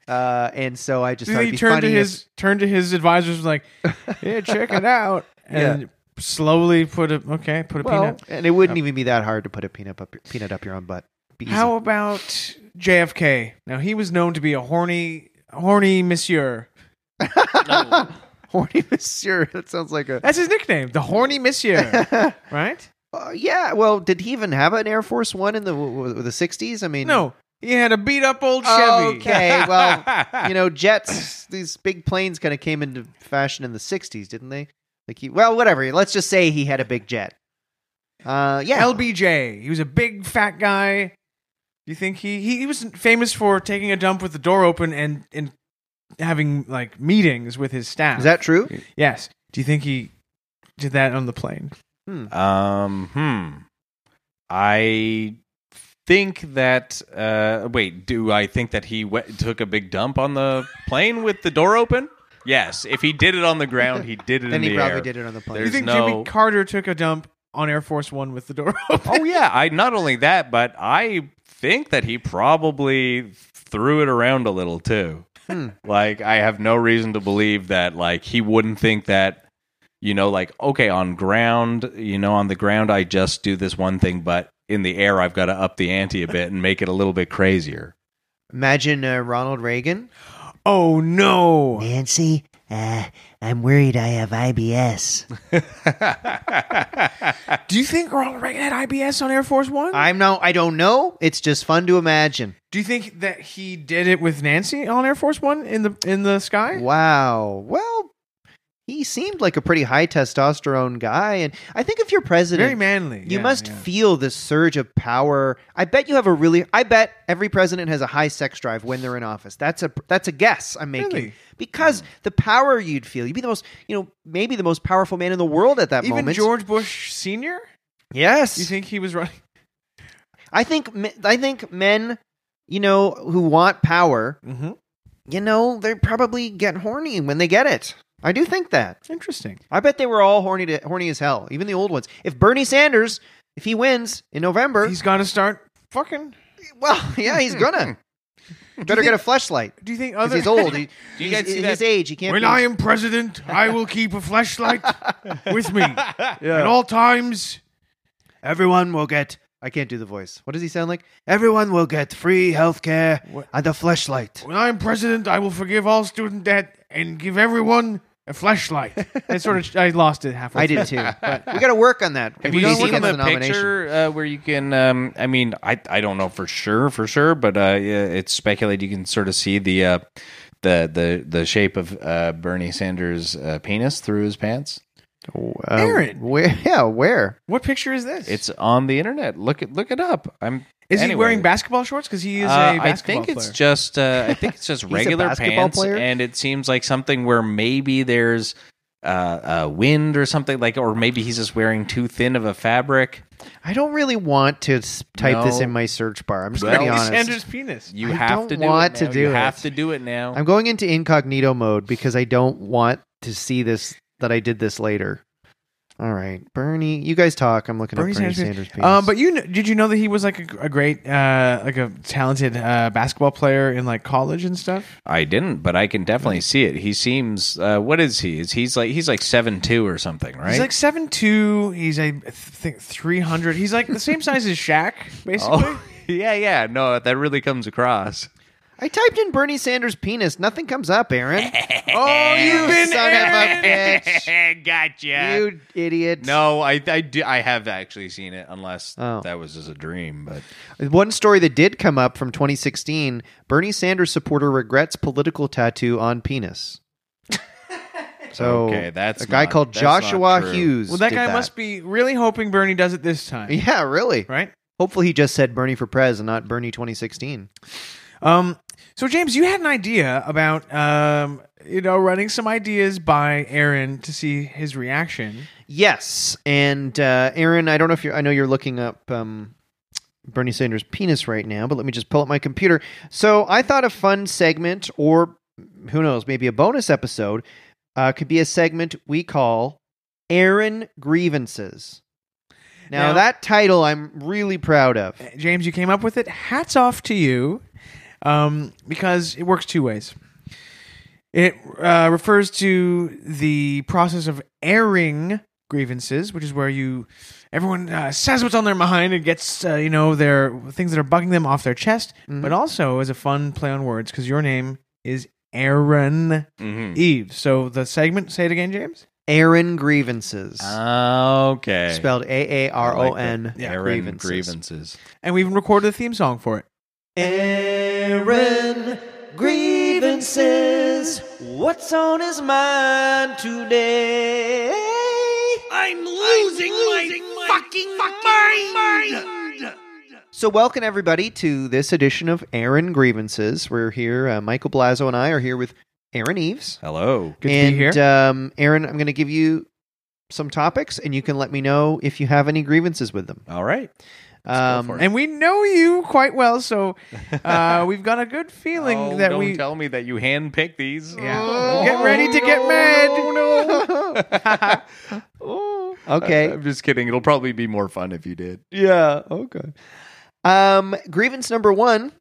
B: uh, and so i just
C: So
B: thought
C: he
B: it'd be
C: turned to
B: funny
C: his
B: if-
C: turned to his advisors and was like, "Yeah, check it out," and slowly put a okay, put a
B: well,
C: peanut.
B: and it wouldn't even be that hard to put a peanut up peanut up your own butt Be easy.
C: How about JFK? Now he was known to be a horny, horny monsieur.
B: horny monsieur that sounds like a
C: That's his nickname, the horny monsieur, right?
B: Uh, yeah, well, did he even have an Air Force One in the w- w- the sixties? I mean,
C: No, he had a beat up old Chevy.
B: Okay, well, you know, jets, these big planes, kind of came into fashion in the sixties, didn't they? Like, he, well, whatever. Let's just say he had a big jet. Uh, yeah,
C: LBJ. He was a big fat guy. You think he, he he was famous for taking a dump with the door open and and having like meetings with his staff.
B: is that true?
C: Yes. Do you think he did that on the plane?
E: Um, hmm. I think that. Uh, wait, do I think that he we- took a big dump on the plane with the door open? Yes. If he did it on the ground, he did it
B: Then
E: in
B: he
E: the
B: probably
E: air.
B: did it on the plane.
C: Do you
E: There's
C: think
E: no-
C: Jimmy Carter took a dump on Air Force One with the door open?
E: Oh yeah. I not only that, but I think that he probably threw it around a little too. Like I have no reason to believe that like he wouldn't think that you know like okay on ground, you know on the ground I just do this one thing but in the air I've got to up the ante a bit and make it a little bit crazier.
B: Imagine uh, Ronald Reagan.
C: Oh no.
F: Nancy, uh, I'm worried I have IBS.
C: Do you think Ronald Reagan had IBS on Air Force One?
B: I'm no, I don't know. It's just fun to imagine.
C: Do you think that he did it with Nancy on Air Force One in the in the sky?
B: Wow. Well, he seemed like a pretty high testosterone guy, and I think if you're president,
C: Very manly.
B: You
C: Yeah,
B: must
C: yeah.
B: feel this surge of power. I bet you have a really. I bet every president has a high sex drive when they're in office. That's a that's a guess I'm making
C: Really? Hmm.
B: because the power you'd feel. You'd be the most. You know, maybe the most powerful man in the world at that
C: Even
B: moment.
C: George Bush Senior.
B: yes,
C: Do you think he was running?
B: I think me- I think men, you know, who want power,
C: Mm-hmm.
B: you know, they probably get horny when they get it. I do think that.
C: Interesting.
B: I bet they were all horny to, horny as hell. Even the old ones. If Bernie Sanders, if he wins in November,
C: He's got to start fucking.
B: Well, yeah, he's gonna. Better get a flashlight
C: Do you think
B: because
C: other?
B: he's old. He,
E: Do you
B: he's-
E: guys see
B: his
E: that-
B: age, he can't.
C: when
B: be-
C: I am president, I will keep a flashlight with me at all times.
B: everyone will get. I can't do the voice. What does he sound like? Everyone will get free healthcare
C: What-
B: and a flashlight.
C: When I'm president, I will forgive all student debt and give everyone a flashlight. I sort of I lost it halfway.
B: I did too. But we got to work on that.
E: Have
B: We
E: you
B: gotta
E: seen
B: work on
E: the picture uh, where you can? Um, I mean, I I don't know for sure, for sure, but uh, yeah, it's speculated you can sort of see the uh, the the the shape of uh, Bernie Sanders' uh, penis through his pants.
B: Uh,
C: Aaron.
B: Where? Yeah, where?
C: What picture is this?
E: It's on the internet. Look it look it up. I'm
C: is he
E: anyway.
C: wearing basketball shorts because he is
E: Uh,
C: a
E: I
C: basketball
E: think it's
C: player.
E: just uh, I think it's just
B: a
E: regular
B: basketball
E: pants,
B: player?
E: and it seems like something where maybe there's uh, uh, wind or something like, or maybe he's just wearing too thin of a fabric.
B: I don't really want to s- type this
E: No.
B: in my search bar. I'm just
E: Well,
B: going to be
E: it's
B: honest.
C: Sanders penis.
E: You
B: I
E: have
B: don't
E: to do
B: want
E: it
B: to
E: now.
B: do
E: you
B: it.
E: have to do it now.
B: I'm going into incognito mode because I don't want to see this that I did this later. All right, Bernie, you guys talk. I'm looking
C: Bernie
B: at Bernie
C: Sanders
B: Sanders. penis.
C: Um, but you kn- did you know that he was like a, a great, uh, like a talented uh, basketball player in like college and stuff?
E: I didn't, but I can definitely see it. He seems. Uh, what is he? Is he's like he's like seven two or something, right?
C: He's like seven two. He's a I think three hundred. He's like the same size as Shaq, basically.
E: oh, yeah, yeah. No, that really comes across.
B: I typed in Bernie Sanders penis. Nothing comes up, Aaron.
C: Oh, you've been
B: son
C: Aaron!
B: of a bitch.
E: gotcha.
B: You idiot.
E: No, I I do, I have actually seen it, unless
B: Oh.
E: that was just a dream. But
B: One story that did come up from 2016 Bernie Sanders supporter regrets political tattoo on penis. So,
E: Okay, that's
B: a guy
E: not-
B: called
E: that's not
B: Joshua
E: true.
B: Hughes.
C: Well, that
B: did
C: guy must be really hoping Bernie does it this time,
B: Yeah, really.
C: right?
B: Hopefully, he just said Bernie for Prez and not Bernie 2016.
C: Um, so James, you had an idea about um, you know, running some ideas by Aaron to see his reaction.
B: Yes, and uh, Aaron, I don't know if you're. I know you're looking up um, Bernie Sanders' penis right now, but let me just pull up my computer. So I thought a fun segment, or who knows, maybe a bonus episode, uh, could be a segment we call Aaron Grievances. Now,
C: Now-
B: that title I'm really proud of.
C: James, you came up with it. Hats off to you, um, because it works two ways. It uh, refers to the process of airing grievances, which is where you everyone uh, says what's on their mind and gets uh, you know their things that are bugging them off their chest, but also as a fun play on words because your name is Aaron
E: mm-hmm.
C: Eve. So the segment, say it again, James.
B: Aaron Grievances.
E: Ah, okay,
B: Spelled A A R O N
E: Aaron grievances.
C: And we even recorded a theme song for it.
B: Aaron grievances. What's on his mind today?
A: I'm losing, my, fucking, mind.
B: So, welcome everybody to this edition of Aaron Grievances. We're here. Uh, Michael Blazo and I are here with Aaron Eves.
E: Hello.
C: Good
B: and,
C: to be here.
B: Um, Aaron, I'm going to give you some topics, and you can let me know if you have any grievances with them.
E: All right.
B: Um,
E: for it.
C: and we know you quite well, so uh, we've got a good feeling
E: Oh,
C: that
E: don't
C: we
E: tell me that you handpicked these.
C: Yeah. Get ready to get mad.
B: okay.
E: I'm just kidding. It'll probably be more fun if you did.
B: Yeah. Okay. Um, grievance number one,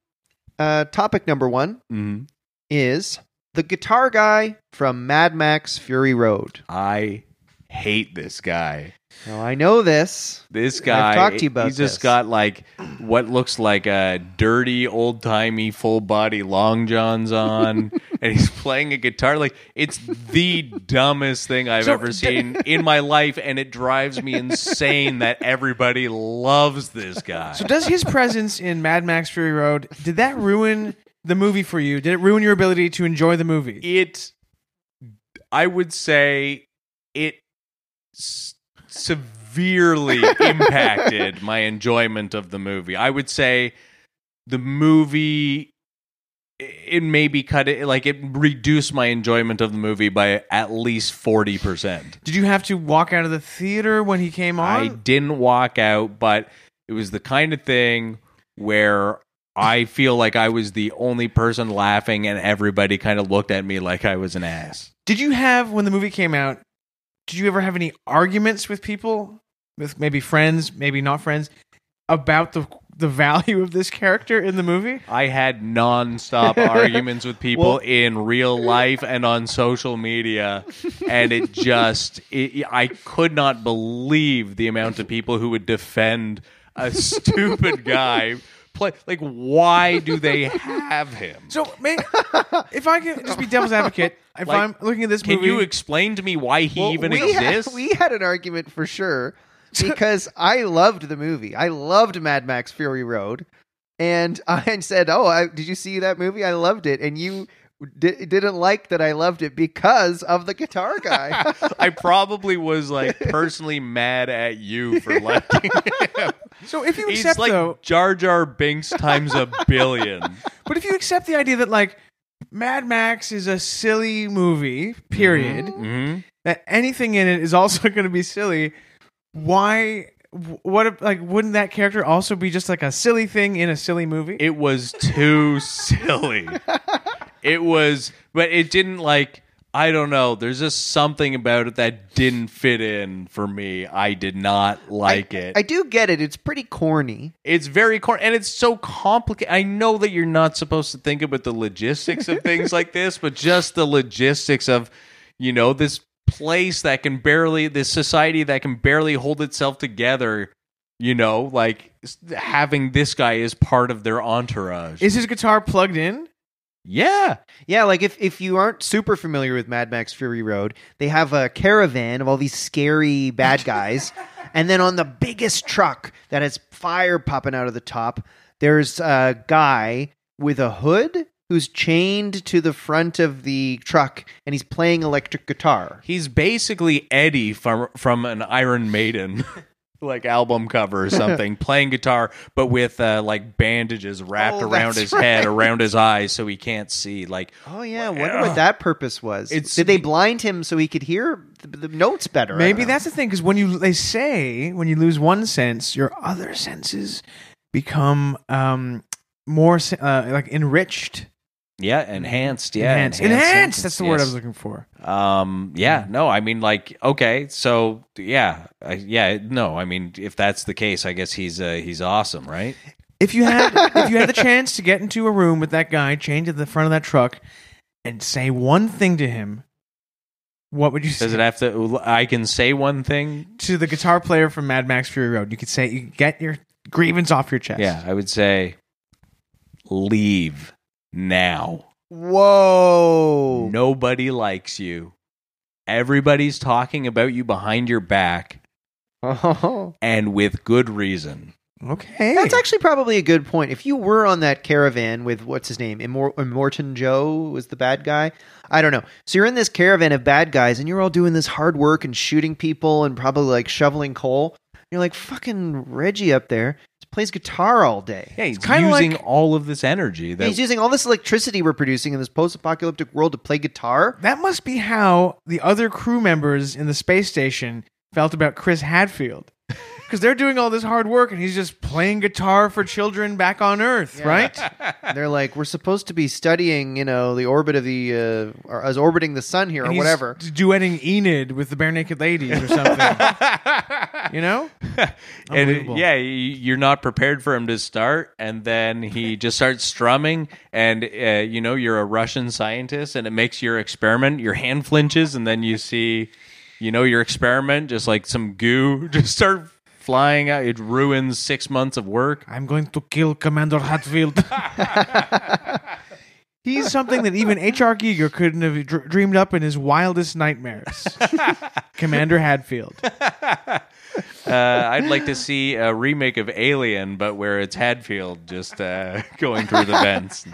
B: uh, topic number one
E: Mhm.
B: is the guitar guy from Mad Max Fury Road.
E: I hate this guy.
B: Now I know this.
E: This guy.
B: talked to you about
E: He's
B: this.
E: just got like what looks like a dirty old timey full body long johns on, and he's playing a guitar. Like it's the dumbest thing I've
C: So-
E: ever seen in my life, and it drives me insane that everybody loves this guy.
C: So does his presence in Mad Max Fury Road did that ruin the movie for you? Did it ruin your ability to enjoy the movie?
E: it i would say it s- severely impacted my enjoyment of the movie i would say the movie i- it maybe cut it like it reduced my enjoyment of the movie by at least 40%
C: Did you have to walk out of the theater when he came on?
E: i didn't walk out but it was the kind of thing where i feel like i was the only person laughing and everybody kind of looked at me like i was an ass
C: Did you have when the movie came out? Did you ever have any arguments with people, with maybe friends, maybe not friends, about the the value of this character in the movie.
E: I had nonstop arguments with people in real life and on social media, and it just it, I could not believe the amount of people who would defend a stupid guy. Play like why do they have him?
C: So, may, if I can just be devil's advocate, if
E: Like,
C: I'm looking at this
E: Can
C: movie,
E: you explain to me why he
B: Well,
E: even
B: we
E: exists?
B: Had, we had an argument for sure because I loved the movie. I loved Mad Max Fury Road, and I said, "Oh, I, did you see that movie? I loved it." And you di- didn't like that I loved it because of the guitar guy.
E: I probably was like personally mad at you for liking him.
C: so if you
E: He's
C: accept
E: like
C: though,
E: Jar Jar Binks times a billion.
C: but if you accept the idea that like Mad Max is a silly movie, period,
E: Mm-hmm.
C: that anything in it is also going to be silly, why? wh- What if, like wouldn't that character also be just like a silly thing in a silly movie?
E: It was too silly. It was, but it didn't like. I don't know. There's just something about it that didn't fit in for me. I did not like it.
B: I do get it. It's pretty corny.
E: It's very corny, and it's so complicated. I know that you're not supposed to think about the logistics of things like this, but just the logistics of, you know, this place that can barely, this society that can barely hold itself together. You know, like s- having this guy as part of their entourage.
C: Is his guitar plugged in?
E: yeah,
B: Yeah, like if, if you aren't super familiar with Mad Max Fury Road, they have a caravan of all these scary bad guys. and then on the biggest truck that has fire popping out of the top, there's a guy with a hood who's chained to the front of the truck and he's playing electric guitar.
E: he's basically Eddie from from an Iron Maiden. Like album cover or something, playing guitar, but with uh, like bandages wrapped
B: Oh,
E: around
B: that's
E: his head,
B: right.
E: around his eyes, so he can't see. Like
B: Oh yeah, I wonder what that purpose was.
E: It's-
B: Did they blind him so he could hear the, the notes better? I
C: Maybe
B: don't know.
C: that's the thing because when you they say when you lose one sense, your other senses become um more se- uh, like enriched,
E: Yeah, enhanced. Yeah,
C: enhanced, enhanced. that's the word I was looking for.
E: looking. Um, yeah, no, I mean, like, okay, so yeah, I, yeah, no, I mean, if that's the case, I guess he's uh, he's awesome, right?
C: If you had if you had the chance to get into a room with that guy chained to the front of that truck and say one thing to him, what would you
E: Does
C: say
E: it have to? I can say one thing.
C: to the guitar player from Mad Max Fury Road? You could say you could get your grievance off your chest.
E: Yeah, I would say leave now.
B: Whoa.
E: Nobody likes you. Everybody's talking about you behind your back, and with good reason.
C: Okay.
B: That's actually probably a good point. If you were on that caravan with what's his name, Immor- Immortan Joe was the bad guy. I don't know. So you're in this caravan of bad guys, and you're all doing this hard work and shooting people and probably like shoveling coal. You're like fucking Reggie up there plays guitar all day.
E: Yeah, he's
C: kinda
E: using
C: like-
E: all of this energy. That
B: He's using all this electricity we're producing in this post-apocalyptic world to play guitar.
C: That must be how the other crew members in the space station felt about Chris Hadfield. Because they're doing all this hard work and he's just playing guitar for children back on Earth, right?
B: And they're like, we're supposed to be studying, you know, the orbit of the, uh, or us orbiting the sun here or
C: And he's
B: whatever.
C: Duetting Enid with the Bare Naked Ladies or something. you know?
E: and it-
C: Unbelievable.
E: yeah, y- you're not prepared for him to start, and then he just starts strumming, and uh, you know you're a Russian scientist, and it makes your experiment. Your hand flinches, and then you see, you know, your experiment just like some goo just start flying out. It ruins six months of work.
C: I'm going to kill Commander Hadfield. he's something that even H.R. Giger couldn't have dr- dreamed up in his wildest nightmares. Commander Hadfield.
E: Uh, I'd like to see a remake of Alien, but where it's Hadfield just uh, going through the vents.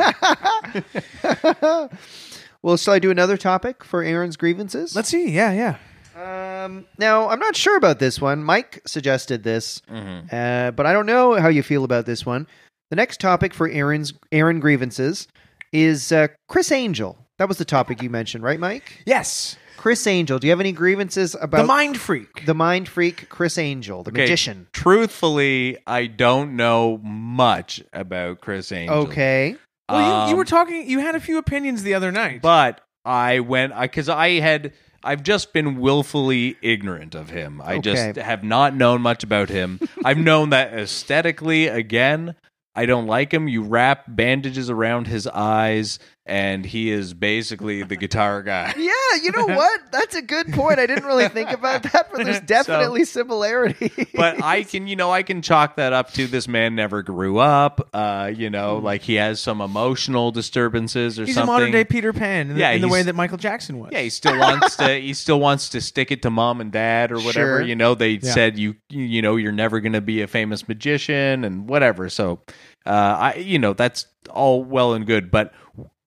B: Well, shall I do another topic for Aaron's grievances?
C: Let's see. Yeah, yeah.
B: Um, now, I'm not sure about this one. Mike suggested this,
E: Mm-hmm.
B: uh, but I don't know how you feel about this one. The next topic for Aaron's Aaron grievances is uh, Chris Angel. That was the topic you mentioned, right, Mike?
C: Yes.
B: Chris Angel. Do you have any grievances about
C: the mind freak.
B: the mind freak Chris Angel, the
E: Okay,
B: magician?
E: Truthfully, I don't know much about Chris Angel.
B: Okay.
C: Well, you, you
E: Um,
C: were talking. You had a few opinions the other night.
E: But I went because I had I've just been willfully ignorant of him. I just
B: Okay.
E: have not known much about him. I've known that aesthetically, again, I don't like him. You wrap bandages around his eyes, and he is basically the guitar guy.
B: Yeah, you know what? That's a good point. I didn't really think about that, but there's definitely similarity.
E: but I can, you know, I can chalk that up to this man never grew up. Uh, you know, like he has some emotional disturbances or
C: Mm-hmm. He's
E: something.
C: a modern day Peter Pan in, the-
E: Yeah,
C: in the way
E: he's-
C: that Michael Jackson was.
E: yeah, he still wants to. He still wants to stick it to mom and dad or whatever.
B: Sure.
E: You know, they
C: Yeah.
E: said you, you know, you're never going to be a famous magician and whatever. So, uh, I, you know, that's all well and good. But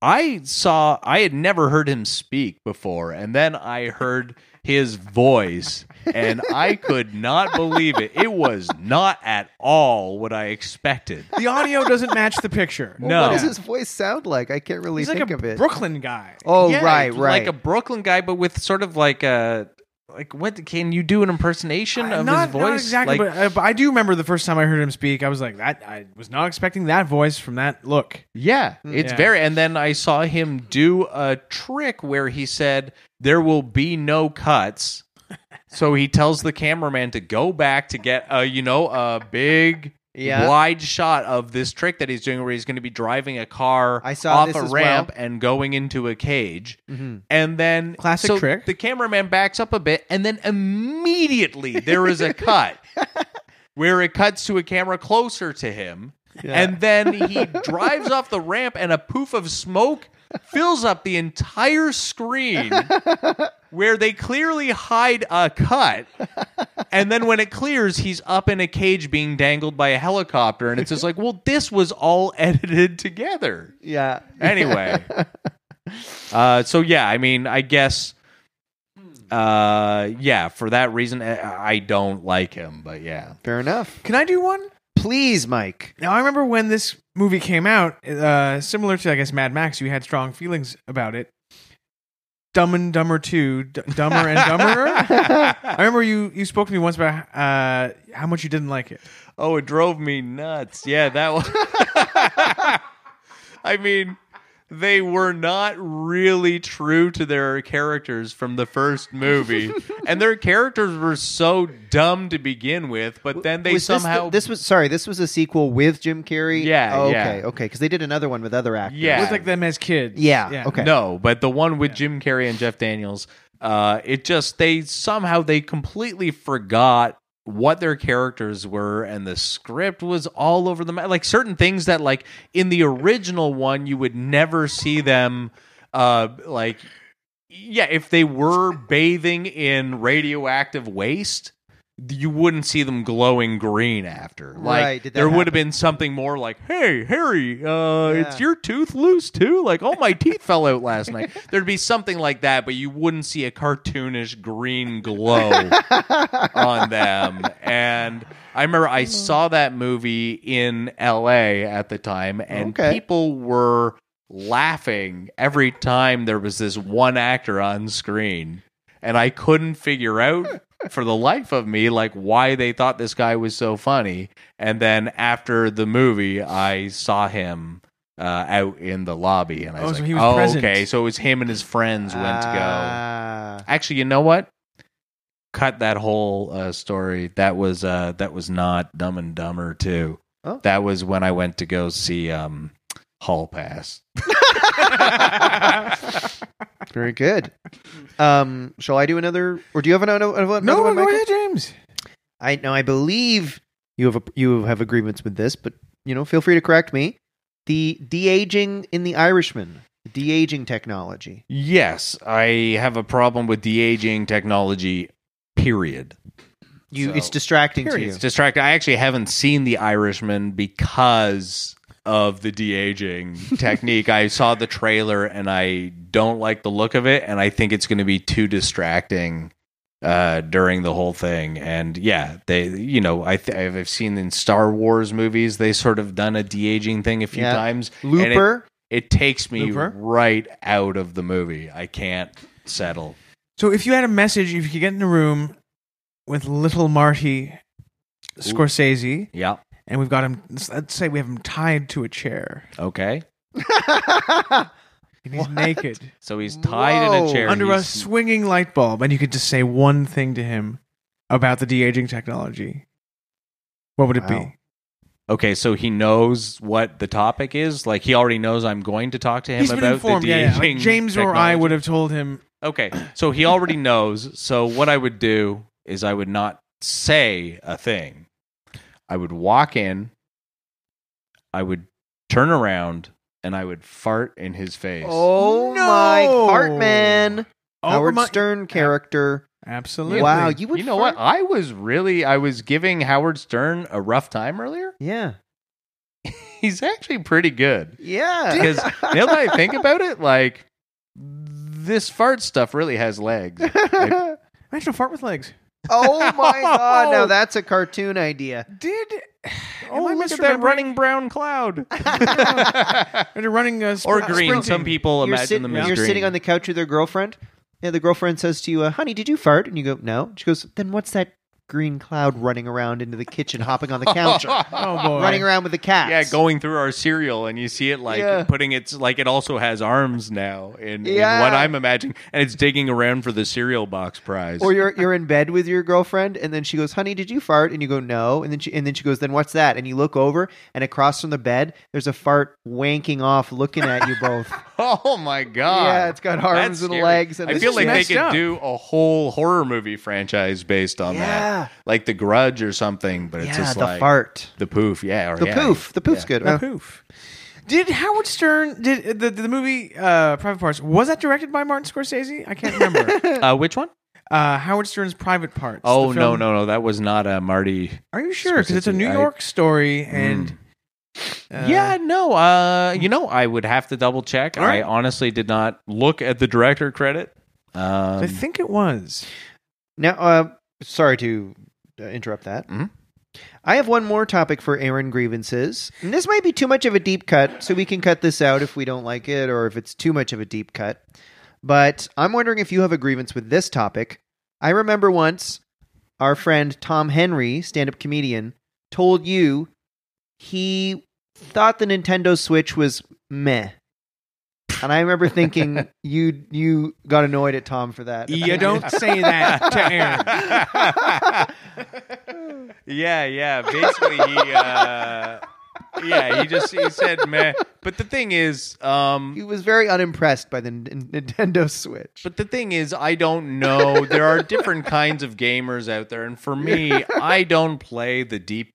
E: I saw, I had never heard him speak before, and then I heard his voice, and I could not believe it. It was not at all what I expected.
C: the audio doesn't match the picture.
E: No.
B: What does his voice sound like? I can't really
C: he's like
B: think
C: a
B: of it.
C: Brooklyn guy.
B: oh,
E: Yeah,
B: right, right.
E: like a Brooklyn guy, but with sort of like a like what can you do an impersonation
C: Uh,
E: of
C: not,
E: his voice?
C: not exactly,
E: Like,
C: but, uh, but I do remember the first time I heard him speak. I was like, that I was not expecting that voice from that look.
E: Mm. yeah, it's
C: Yeah.
E: very. And then I saw him do a trick where he said there will be no cuts. So he tells the cameraman to go back to get a you know a big
B: Yeah.
E: wide shot of this trick that he's doing where he's going to be driving a car
B: I saw
E: off
B: this
E: a
B: as well.
E: ramp and going into a cage. And then
C: Mm-hmm. Classic
E: so
C: trick.
E: The cameraman backs up a bit, and then immediately there is a cut where it cuts to a camera closer to him, and then he drives off the ramp, and a poof of smoke fills up the entire screen. Where they clearly hide a cut, and then when it clears, he's up in a cage being dangled by a helicopter, and it's just like, well, this was all edited together
B: yeah.
E: anyway uh so yeah i mean i guess uh yeah for that reason i I don't like him but yeah
B: Fair enough.
C: Can I do one?
B: Please, Mike.
C: Now I remember when this movie came out, uh, similar to I guess Mad Max, you had strong feelings about it. Dumb and Dumber Two, D- Dumber and Dumberer. I remember you you spoke to me once about uh, how much you didn't like it.
E: oh it drove me nuts yeah that one i mean they were not really true to their characters from the first movie and their characters were so dumb to begin with but then they
B: Was this the-
E: somehow
B: this, was sorry. This was a sequel with Jim Carrey.
E: Yeah,
B: Oh,
E: yeah.
B: okay, okay. Because they did another one with other actors.
E: Yeah.
C: It was like them as kids.
B: Yeah, okay.
E: No, but the one with Jim Carrey and Jeff Daniels, uh, it just they somehow they completely forgot what their characters were and the script was all over the map. Like certain things that like in the original one you would never see them uh like yeah, if they were bathing in radioactive waste, you wouldn't see them glowing green after. Like
B: Right, did that
E: there would have
B: happen?
E: been something more like, "Hey, Harry, uh, it's
B: Yeah.
E: your tooth loose too." Like, "Oh, my teeth fell out last night." There'd be something like that, but you wouldn't see a cartoonish green glow on them. And I remember
B: Oh.
E: I saw that movie in L.A. at the time, and
B: Okay.
E: people were laughing every time there was this one actor on screen and I couldn't figure out for the life of me like why they thought this guy was so funny. And then after the movie, I saw him uh, out in the lobby, and I
C: Oh, so
E: was like,
C: he was
E: "Oh,
C: present."
E: okay." So it was him and his friends went to go.
B: Ah.
E: Actually, you know what? Cut that whole uh, story. That was uh, that was not Dumb and Dumber too.
B: Oh.
E: That was when I went to go see um, Hall Pass.
B: Very good. Um, shall I do another, or do you have another, another
C: No, go
B: one? Michael?
C: ahead, James.
B: I know. I believe you have a, you have agreements with this, but you know, feel free to correct me. The de aging in The Irishman, de aging technology.
E: Yes, I have a problem with de aging technology. Period.
B: You,
E: So-
B: it's distracting
E: Period. It's
B: to you.
E: distracting. I actually haven't seen The Irishman because of the de aging technique. I saw the trailer and I don't like the look of it, and I think it's going to be too distracting uh, during the whole thing. And yeah, they, you know, I th- I've seen in Star Wars movies they sort of done a de aging thing a few
B: Yeah.
E: times. and it-
B: Looper.
E: it takes me
C: Looper?
E: right out of the movie. I can't settle.
C: So if you had a message, if you could get in a room with little Marty Scorsese,
E: Yeah.
C: and we've got him. Let's say we have him tied to a chair.
E: Okay.
C: and he's naked
E: So he's tied in
B: Whoa.
E: a chair.
C: under a
E: He's-
C: swinging light bulb, and you could just say one thing to him about the de aging technology. What would it
B: Wow.
C: be?
E: okay, so he knows what the topic is. Like he already knows I'm going to talk to him
C: He's been
E: about
C: informed.
E: the
C: Yeah, yeah.
E: de-aging
C: Like, James or I
E: technology.
C: would have told him.
E: Okay, so he already knows. So what I would do is I would not say a thing. I would walk in. I would turn around and I would fart in his face.
B: Oh
C: No.
B: my Fartman,
C: Oh,
B: Howard
C: my-
B: Stern character.
C: Absolutely.
B: Wow, you would.
E: you know
B: fart-
E: what? I was really I was giving Howard Stern a rough time earlier.
B: Yeah,
E: He's actually pretty good.
B: yeah.
E: Because now that I think about it, like this fart stuff really has legs. Like,
C: Imagine a fart with legs.
B: oh my god! Now that's a cartoon idea.
C: Did
E: oh,
C: Am I
E: look at that
C: misremembering?
E: running brown cloud.
C: Or running uh, a
E: or green. Some people
B: You're,
E: imagine
B: sit-
E: them as
B: you're
E: green.
B: sitting on the couch with your girlfriend, and the girlfriend says to you, uh, "Honey, did you fart?" And you go, "No." She goes, "Then what's that green cloud running around into the kitchen, hopping on the counter,
C: Oh boy.
B: running around with the cats?"
E: Yeah, going through our cereal, and you see it like
B: Yeah.
E: putting its like it also has arms now. In, in
B: Yeah.
E: what I'm imagining, and it's digging around for the cereal box prize.
B: Or you're you're in bed with your girlfriend, and then she goes, "Honey, did you fart?" And you go, "No." And then she and then she goes, "Then what's that?" And you look over, and across from the bed, there's a fart wanking off, looking at you both.
E: oh my god!
B: yeah, it's got
E: That's
B: arms and
E: scary.
B: legs. And
E: I
B: it's
E: feel
B: just
E: like they
C: messed
E: could
C: up.
E: do a whole horror movie franchise based on
B: Yeah.
E: that, like The Grudge or something. But it's
B: yeah,
E: just
B: the
E: like
B: fart,
E: the poof, yeah, or
B: the
E: yeah.
B: poof, the poof's good.
C: The
B: Uh,
C: poof. Did Howard Stern did the the movie uh, Private Parts was that directed by Martin Scorsese? I can't remember.
E: Uh, which one?
C: uh, Howard Stern's Private Parts.
E: Oh
C: the
E: no,
C: film-
E: no, no! That was not a Marty.
C: Are you sure? Because it's a
E: Scorsese,
C: New
E: I- Hmm.
C: York story, and uh,
E: yeah, no. Uh, you know, I would have to double check.
C: All right.
E: I honestly did not look at the director credit. Um,
C: I think it was.
B: Now, uh, sorry to uh, interrupt that.
E: Mhm.
B: I have one more topic for Aaron grievances. And this might be too much of a deep cut, so we can cut this out if we don't like it or if it's too much of a deep cut. But I'm wondering if you have a grievance with this topic. I remember once our friend Tom Henry, stand up comedian, told you he thought the Nintendo Switch was meh. And I remember thinking you you got annoyed at Tom for that.
C: You don't say that to Aaron.
E: yeah, yeah. Basically, he, uh, yeah, he just he said meh. But the thing is,
B: He
E: um,
B: was very unimpressed by the N- Nintendo Switch.
E: but the thing is, I don't know. There are different kinds of gamers out there, and for me, I don't play the deep.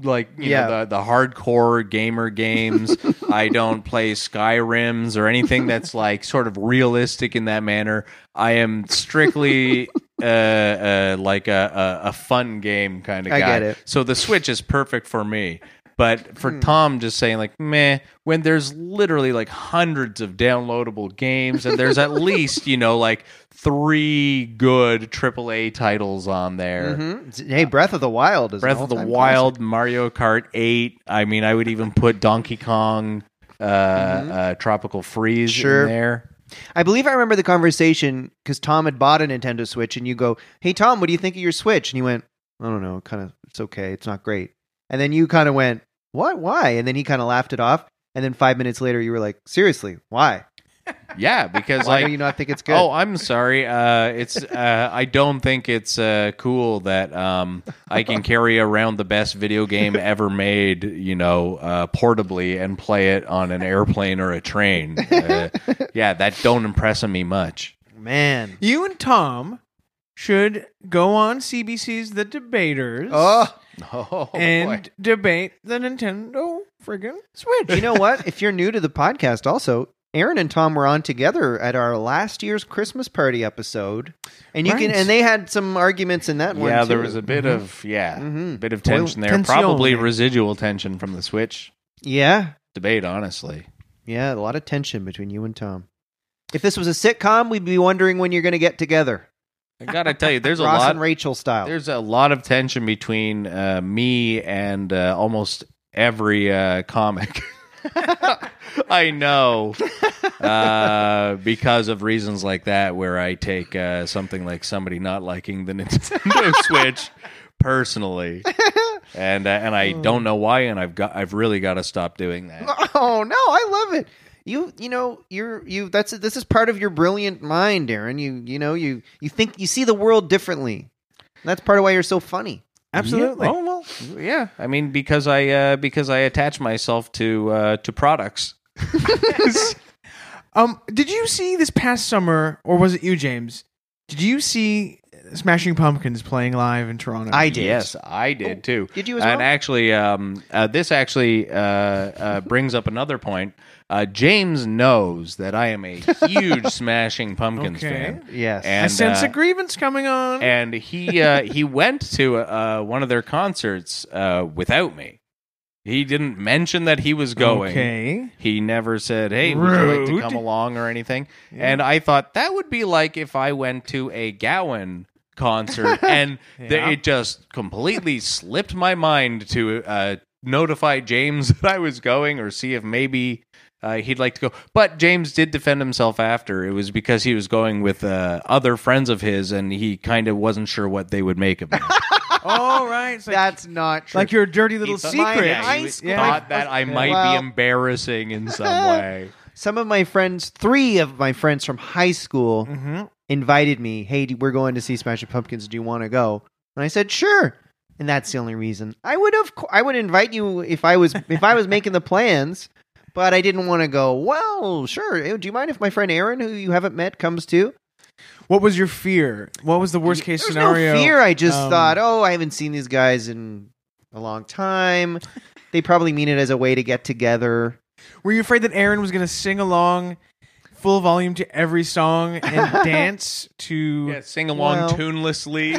E: Like you know
B: Yeah.
E: the, the hardcore gamer games. I don't play Skyrims or anything that's like sort of realistic in that manner. I am strictly uh, uh, like a, a a fun game kind of guy.
B: I get it.
E: So the Switch is perfect for me. But for
B: Hmm.
E: Tom just saying like meh, when there's literally like hundreds of downloadable games and there's at least, you know, like three good AAA titles on there.
B: Mhm. Hey, Breath of the Wild is an
E: Breath of the
B: all-time
E: Wild, Mario Kart 8. I mean, I would even put Donkey Kong uh, uh, Tropical Freeze
B: Mm-hmm. Sure.
E: in there.
B: classic. I believe I remember the conversation because Tom had bought a Nintendo Switch, and you go, "Hey Tom, what do you think of your Switch?" And he went, "I don't know, kind of. It's okay. It's not great." And then you kind of went, "What? Why?" And then he kind of laughed it off. And then five minutes later, you were like, "Seriously, why?
E: Yeah, because
B: Why
E: like
B: do you not think it's good?"
E: Oh, I'm sorry. Uh, it's uh, I don't think it's uh, cool that um, I can carry around the best video game ever made, you know, uh, portably and play it on an airplane or a train. Uh, yeah, that don't impress me much.
B: man.
C: You and Tom should go on CBC's The Debaters
B: Oh,
E: Oh,
C: and debate the Nintendo friggin' Switch.
B: you know what? If you're new to the podcast, also, Aaron and Tom were on together at our last year's Christmas party episode, and you can
C: Right.
B: and they had some arguments in that one.
E: yeah, there
B: too.
E: was a bit of yeah,
B: Mhm.
E: bit of tension there.
C: Tension.
E: Probably residual tension from the Switch
B: yeah,
E: debate. Honestly,
B: yeah, a lot of tension between you and Tom. If this was a sitcom, we'd be wondering when you're going to get together,
E: I gotta tell you, there's a
B: Ross
E: lot.
B: and Rachel style.
E: There's a lot of tension between uh, me and uh, almost every uh, comic. I know uh, because of reasons like that, where I take uh, something like somebody not liking the Nintendo Switch personally, and uh, and I don't know why, and I've got I've really got to stop doing that.
B: oh no, I love it. You you know you're you that's this is part of your brilliant mind, Aaron. You you know you you think you see the world differently. That's part of why you're so funny.
C: Absolutely.
E: Yeah. Oh well, yeah. I mean, because I uh, because I attach myself to uh, to products.
C: Um, did you see this past summer, or was it you, James? Did you see Smashing Pumpkins playing live in Toronto?
B: I did.
E: Yes, I did too.
B: oh, Did you as
E: and
B: well?
E: actually, um, uh, this actually uh, uh, brings up another point. Uh, James knows that I am a huge Smashing Pumpkins
C: Okay.
E: fan.
B: Yes.
E: And,
C: I sense
E: uh,
C: a grievance coming on.
E: and he uh, he went to uh, one of their concerts uh, without me. He didn't mention that he was going.
C: Okay.
E: He never said, "Hey, would you like to
C: Rude.
E: come along or anything?" And I thought that would be like if I went to a Gowan concert, and th-
C: Yeah.
E: it just completely slipped my mind to uh, notify James that I was going or see if maybe. Uh, he'd like to go, but James did defend himself after. It was because he was going with uh, other friends of his, and he kind of wasn't sure what they would make of it.
C: All right. So
B: That's not true.
C: like your dirty little
E: thought-
C: secret.
E: Yeah, he
B: High
E: was-
B: school.
E: thought that I might
B: Well-
E: be embarrassing in some way.
B: Some of my friends, three of my friends from high school,
C: Mm-hmm.
B: invited me. Hey, do- we're going to see Smashing Pumpkins. Do you want to go? And I said sure. And that's the only reason I would have. co- I would invite you if I was if I was making the plans, but I didn't want to go. Well, sure. Eh, Do you mind if my friend Aaron, who you haven't met, comes too?
C: What was your fear? What was the worst case
B: There's
C: scenario?
B: no fear. I just
C: Um,
B: thought, oh, I haven't seen these guys in a long time. they probably mean it as a way to get together.
C: Were you afraid that Aaron was going to sing along full volume to every song and dance to?
E: Yeah, sing along
B: Well-
E: tunelessly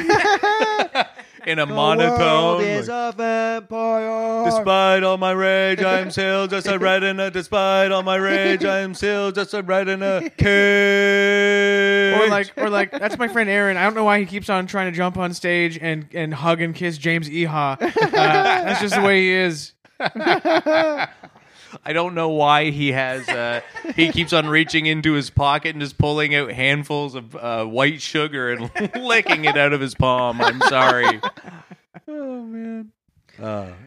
E: in a
B: The
E: monotone.
B: world is
E: like,
B: a vampire.
E: despite all my rage, I'm still just a retina. Despite all my rage, I'm still just a retina. Cage.
C: Or like, or like, that's my friend Aaron. I don't know why he keeps on trying to jump on stage and, and hug and kiss James Eha. Uh, that's just the way he is.
E: I don't know why he has. Uh, he keeps on reaching into his pocket and just pulling out handfuls of uh, white sugar and licking it out of his palm. I'm sorry. Uh,
C: Oh man.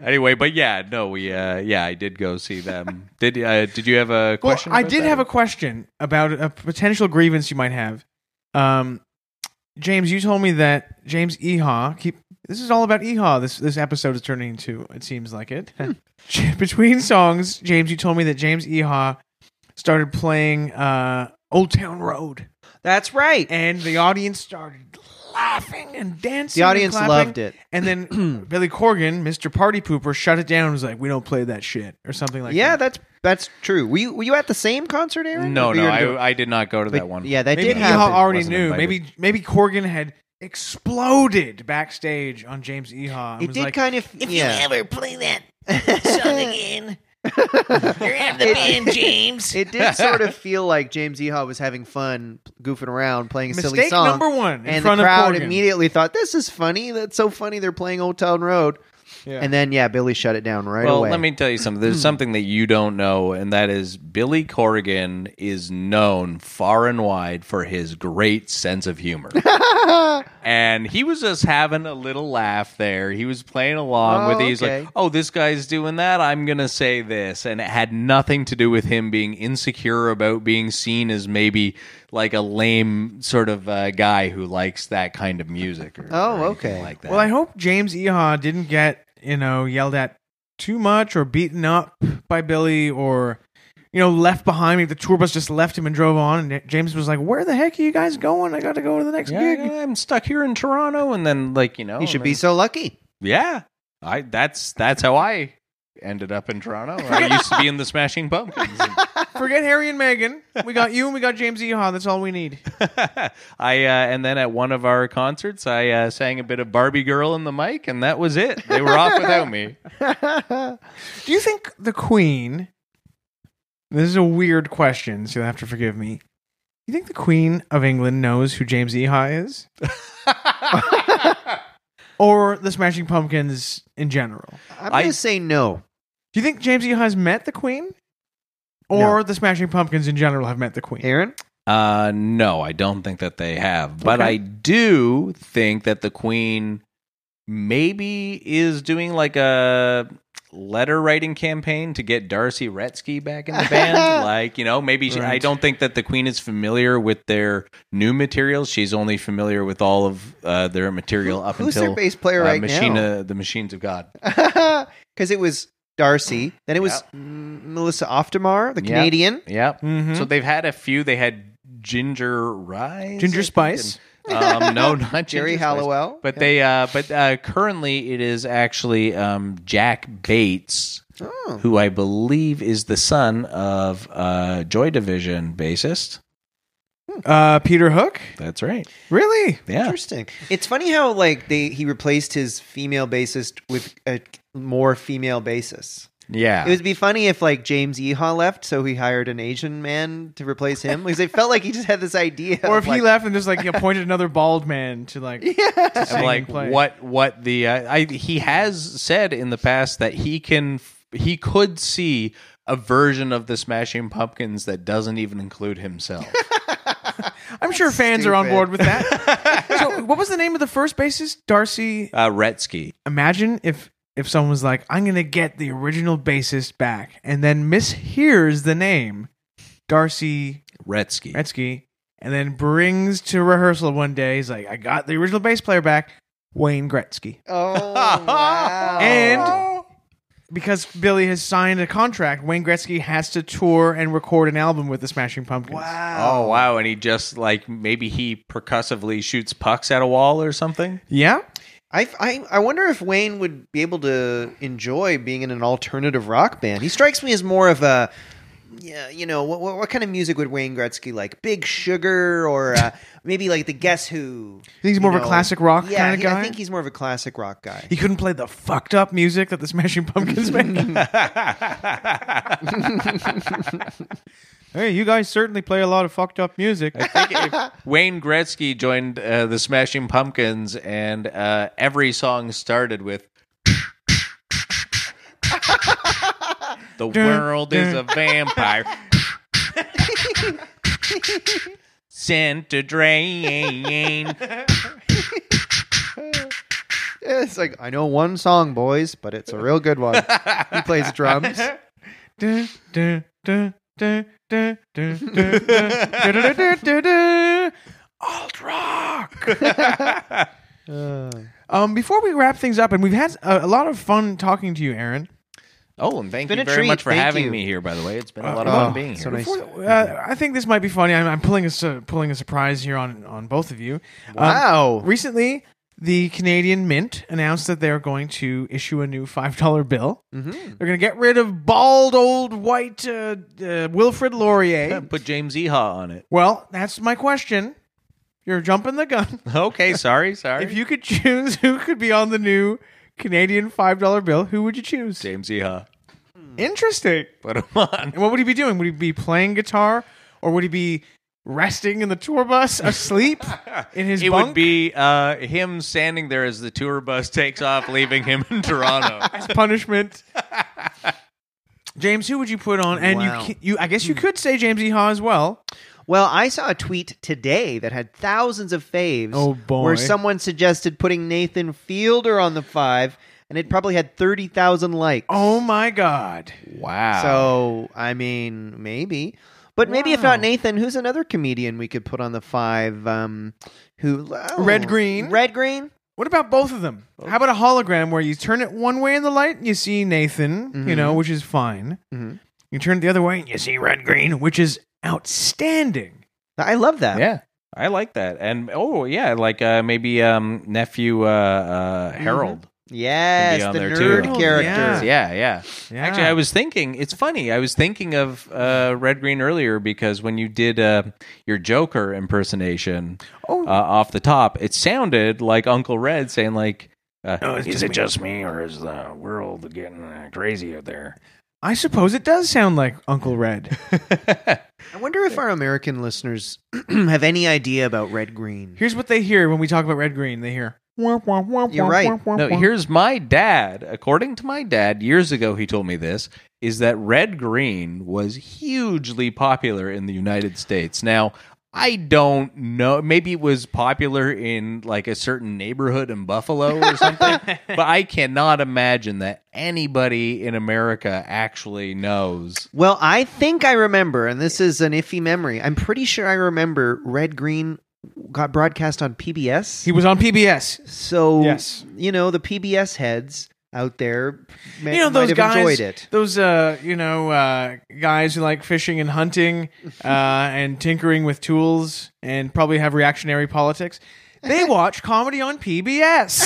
E: Anyway, but yeah, no, we uh, yeah, I did go see them. Did uh, did you have a
C: Well,
E: question?
C: I
E: about
C: did
E: that?
C: have a question about a potential grievance you might have. Um, James, you told me that James Eha keep. This is all about Eha. This this episode is turning into. It seems like it.
B: Hmm.
C: Between songs, James, you told me that James Eha started playing uh, "Old Town Road,"
B: That's right.
C: and the audience started laughing and dancing.
B: The audience
C: and
B: loved it.
C: And then Billy Corgan, Mr. Party Pooper, shut it down. and Was like, "We don't play that shit" or something like
B: yeah,
C: that.
B: that's that's true. Were you were you at the same concert, Aaron?
E: No,
B: Or you
E: no,
B: were doing-
E: I, I did not go to
B: but-
E: that one.
B: Yeah, that
C: Maybe
B: did
C: Yeehaw
B: happen.
C: already
E: Wasn't
C: knew.
E: invited.
C: Maybe maybe Corgan had exploded backstage on James Eha. and
B: it
C: was
B: did
C: like,
B: kind of.
F: If
B: yeah.
F: you ever play that song again, you're out of the band, James.
B: it did sort of feel like James Eha was having fun goofing around playing a silly
C: mistake
B: song.
C: number one in
B: and
C: front
B: the crowd
C: of Corgan.
B: immediately thought, "This is funny. That's so funny. They're playing Old Town Road."
C: Yeah.
B: And then, yeah, Billy shut it down right
E: well,
B: away. Hmm.
E: let me tell you something. There's something that you don't know, and that is Billy Corrigan is known far and wide for his great sense of humor. and he was just having a little laugh there. He was playing along
B: Oh,
E: with it. He's
B: okay.
E: like, oh, this guy's doing that. I'm going to say this. And it had nothing to do with him being insecure about being seen as maybe like a lame sort of uh, guy who likes that kind of music. Or,
B: Oh,
E: or anything
B: okay.
E: Like that.
C: Well, I hope James Eha didn't get you know yelled at too much or beaten up by Billy or you know left behind. Maybe the tour bus just left him and drove on. And James was like, "Where the heck are you guys going? I got to go to the next
E: Yeah,
C: gig."
E: yeah, I'm stuck here in Toronto, and then like you know,
B: he should
E: and
B: be
E: then-
B: so lucky.
E: Yeah, I that's that's how I ended up in Toronto. I used to be in the Smashing Pumpkins.
C: Forget Harry and Meghan. We got you and we got James Eha. That's all we need.
E: I uh, and then at one of our concerts, I uh, sang a bit of Barbie Girl in the mic, and that was it. They were off without me.
C: Do you think the Queen? This is a weird question, so you'll have to forgive me. You think the Queen of England knows who James Eha is, or the Smashing Pumpkins in general?
B: I'm
E: I-
B: gonna say no.
C: Do you think James Eha has met the Queen, or the Smashing Pumpkins in general have met the Queen?
B: Aaron,
E: Uh, no, I don't think that they have. But
C: Okay.
E: I do think that the Queen maybe is doing like a letter writing campaign to get Darcy Retsky back in the band. like, you know, maybe she, I don't think that the Queen is familiar with their new material. She's only familiar with all of uh, their material up
B: who's their
E: until
B: bass player
E: uh,
B: right now?
E: Machina, the Machines of God.
B: Because it was Darcy, then it was
E: Yep.
B: mm, Melissa Oftemar, the
E: Yep.
B: Canadian.
E: Yep.
C: Mhm.
E: So they've had a few. They had Ginger Rise, I
C: Ginger
E: think,
C: Spice.
E: and- um, no, not
B: Jerry
E: Ginger Spice.
B: Halliwell.
E: But they, uh, but uh, currently it is actually um, Jack Bates,
B: Oh.
E: who I believe is the son of uh, Joy Division bassist.
C: Uh, Peter Hook.
E: That's right.
C: Really?
E: Yeah.
B: Interesting. It's funny how like they he replaced his female bassist with a more female bassist.
E: Yeah.
B: It would be funny if like James Yeehaw left, so he hired an Asian man to replace him because it felt like he just had this idea.
C: Or if
B: of, like,
C: he left and just like appointed another bald man to like
B: yeah,
E: of like
C: and play.
E: what what the uh, I he has said in the past that he can he could see a version of the Smashing Pumpkins that doesn't even include himself.
C: I'm sure fans are on
B: stupid.
C: board with that. so, what was the name of the first bassist? Darcy.
E: uh, Retsky.
C: Imagine if if someone was like, "I'm gonna get the original bassist back," and then mishears the name Darcy
E: Retsky.
C: Retsky, and then brings to rehearsal one day. He's like, "I got the original bass player back, Wayne Gretzky,"
B: Oh, wow.
C: and because Billy has signed a contract, Wayne Gretzky has to tour and record an album with the Smashing Pumpkins.
B: wow,
E: Oh wow! And he just like maybe he percussively shoots pucks at a wall or something.
C: Yeah,
B: I, I I wonder if Wayne would be able to enjoy being in an alternative rock band. He strikes me as more of a yeah, you know, what, what what kind of music would Wayne Gretzky like? Big Sugar or uh, maybe like the Guess Who?
C: he's
B: you
C: more of a
B: know?
C: classic rock
B: yeah,
C: kinda
B: he-
C: guy?
B: I think he's more of a classic rock guy.
C: he couldn't play the fucked up music that the Smashing Pumpkins make. Hey, you guys certainly play a lot of fucked up music.
E: I think if Wayne Gretzky joined uh, the Smashing Pumpkins, and uh, every song started with. the world is a vampire. Sent to drain.
B: It's like I know one song, boys, but it's a real good one. he plays drums.
C: Dun, dun, dun, dun, dun, dun, dun, dun, dun, dun, dun, dun, dun. Alt rock. Um, before we wrap things up, and we've had a, a lot of fun talking to you, Aaron.
E: Oh, and thank
B: been
E: you
B: a
E: very
B: treat.
E: much for
B: Thank
E: having
B: you.
E: me here. By the way, it's been a lot of
B: Oh,
E: fun being here.
B: so nice.
C: Before- uh, I think this might be funny. I'm, I'm pulling a su- pulling a surprise here on on both of you. Um,
B: Wow.
C: recently, the Canadian Mint announced that they're going to issue a new five dollar bill.
E: Mm-hmm.
B: hmm
C: They're going to get rid of bald old white uh, uh, Wilfrid Laurier.
E: Put James Eha on it.
C: Well, that's my question. You're jumping the gun.
E: Okay, sorry, sorry.
C: If you could choose who could be on the new Canadian $5 bill, who would you choose?
E: James Eha,
C: Interesting.
E: put him on.
C: And what would he be doing? Would he be playing guitar or would he be resting in the tour bus, asleep in his
E: It
C: bunk?
E: would be uh, him standing there as the tour bus takes off, leaving him in Toronto.
C: as punishment. James, who would you put on? And
B: Wow.
C: you, ca- you, I guess you could say James Eha as well.
B: Well, I saw a tweet today that had thousands of faves.
C: Oh, boy.
B: Where someone suggested putting Nathan Fielder on the five, and it probably had thirty thousand likes.
C: Oh my God!
E: Wow.
B: So I mean, maybe. But maybe if
C: Wow.
B: not Nathan, who's another comedian we could put on the five? Um, who oh,
C: Red Green.
B: Red Green.
C: What about both of them? How about a hologram where you turn it one way in the light and you see Nathan, you know, which is fine.
B: Mhm.
C: You turn it the other way and you see Red Green, which is outstanding.
B: I love that.
E: yeah, uh, I like that. And oh yeah, like uh, maybe um, nephew uh, uh, Harold.
B: Yes,
E: Could
B: the
E: be on there,
B: nerd
E: too.
C: Oh,
B: character.
C: yeah.
E: Yeah, yeah.
C: Yeah.
E: Actually, I was thinking. It's funny. I was thinking of uh, Red Green earlier because when you did uh, your Joker impersonation
C: Oh.
E: uh, off the top, it sounded like Uncle Red saying like, uh,
C: it's
F: Is
C: just
F: it just me, or is the world getting uh, crazy out there?
C: I suppose it does sound like Uncle Red.
B: I wonder if our American listeners have any idea about Red Green.
C: Here's what they hear when we talk about Red Green. They hear. You're
B: You're right.
E: No, here's my dad. According to my dad, years ago he told me this is that red green was hugely popular in the United States. Now, I don't know. Maybe it was popular in like a certain neighborhood in Buffalo or something. but I cannot imagine that anybody in America actually knows.
B: Well, I think I remember, and this is an iffy memory. I'm pretty sure I remember Red Green got broadcast on PBS.
C: He was on PBS.
B: So
C: Yes.
B: you know the PBS heads out there, ma-
C: you know
B: might
C: those
B: have
C: guys
B: enjoyed it.
C: those uh you know uh guys who like fishing and hunting uh and tinkering with tools and probably have reactionary politics they watch comedy on pbs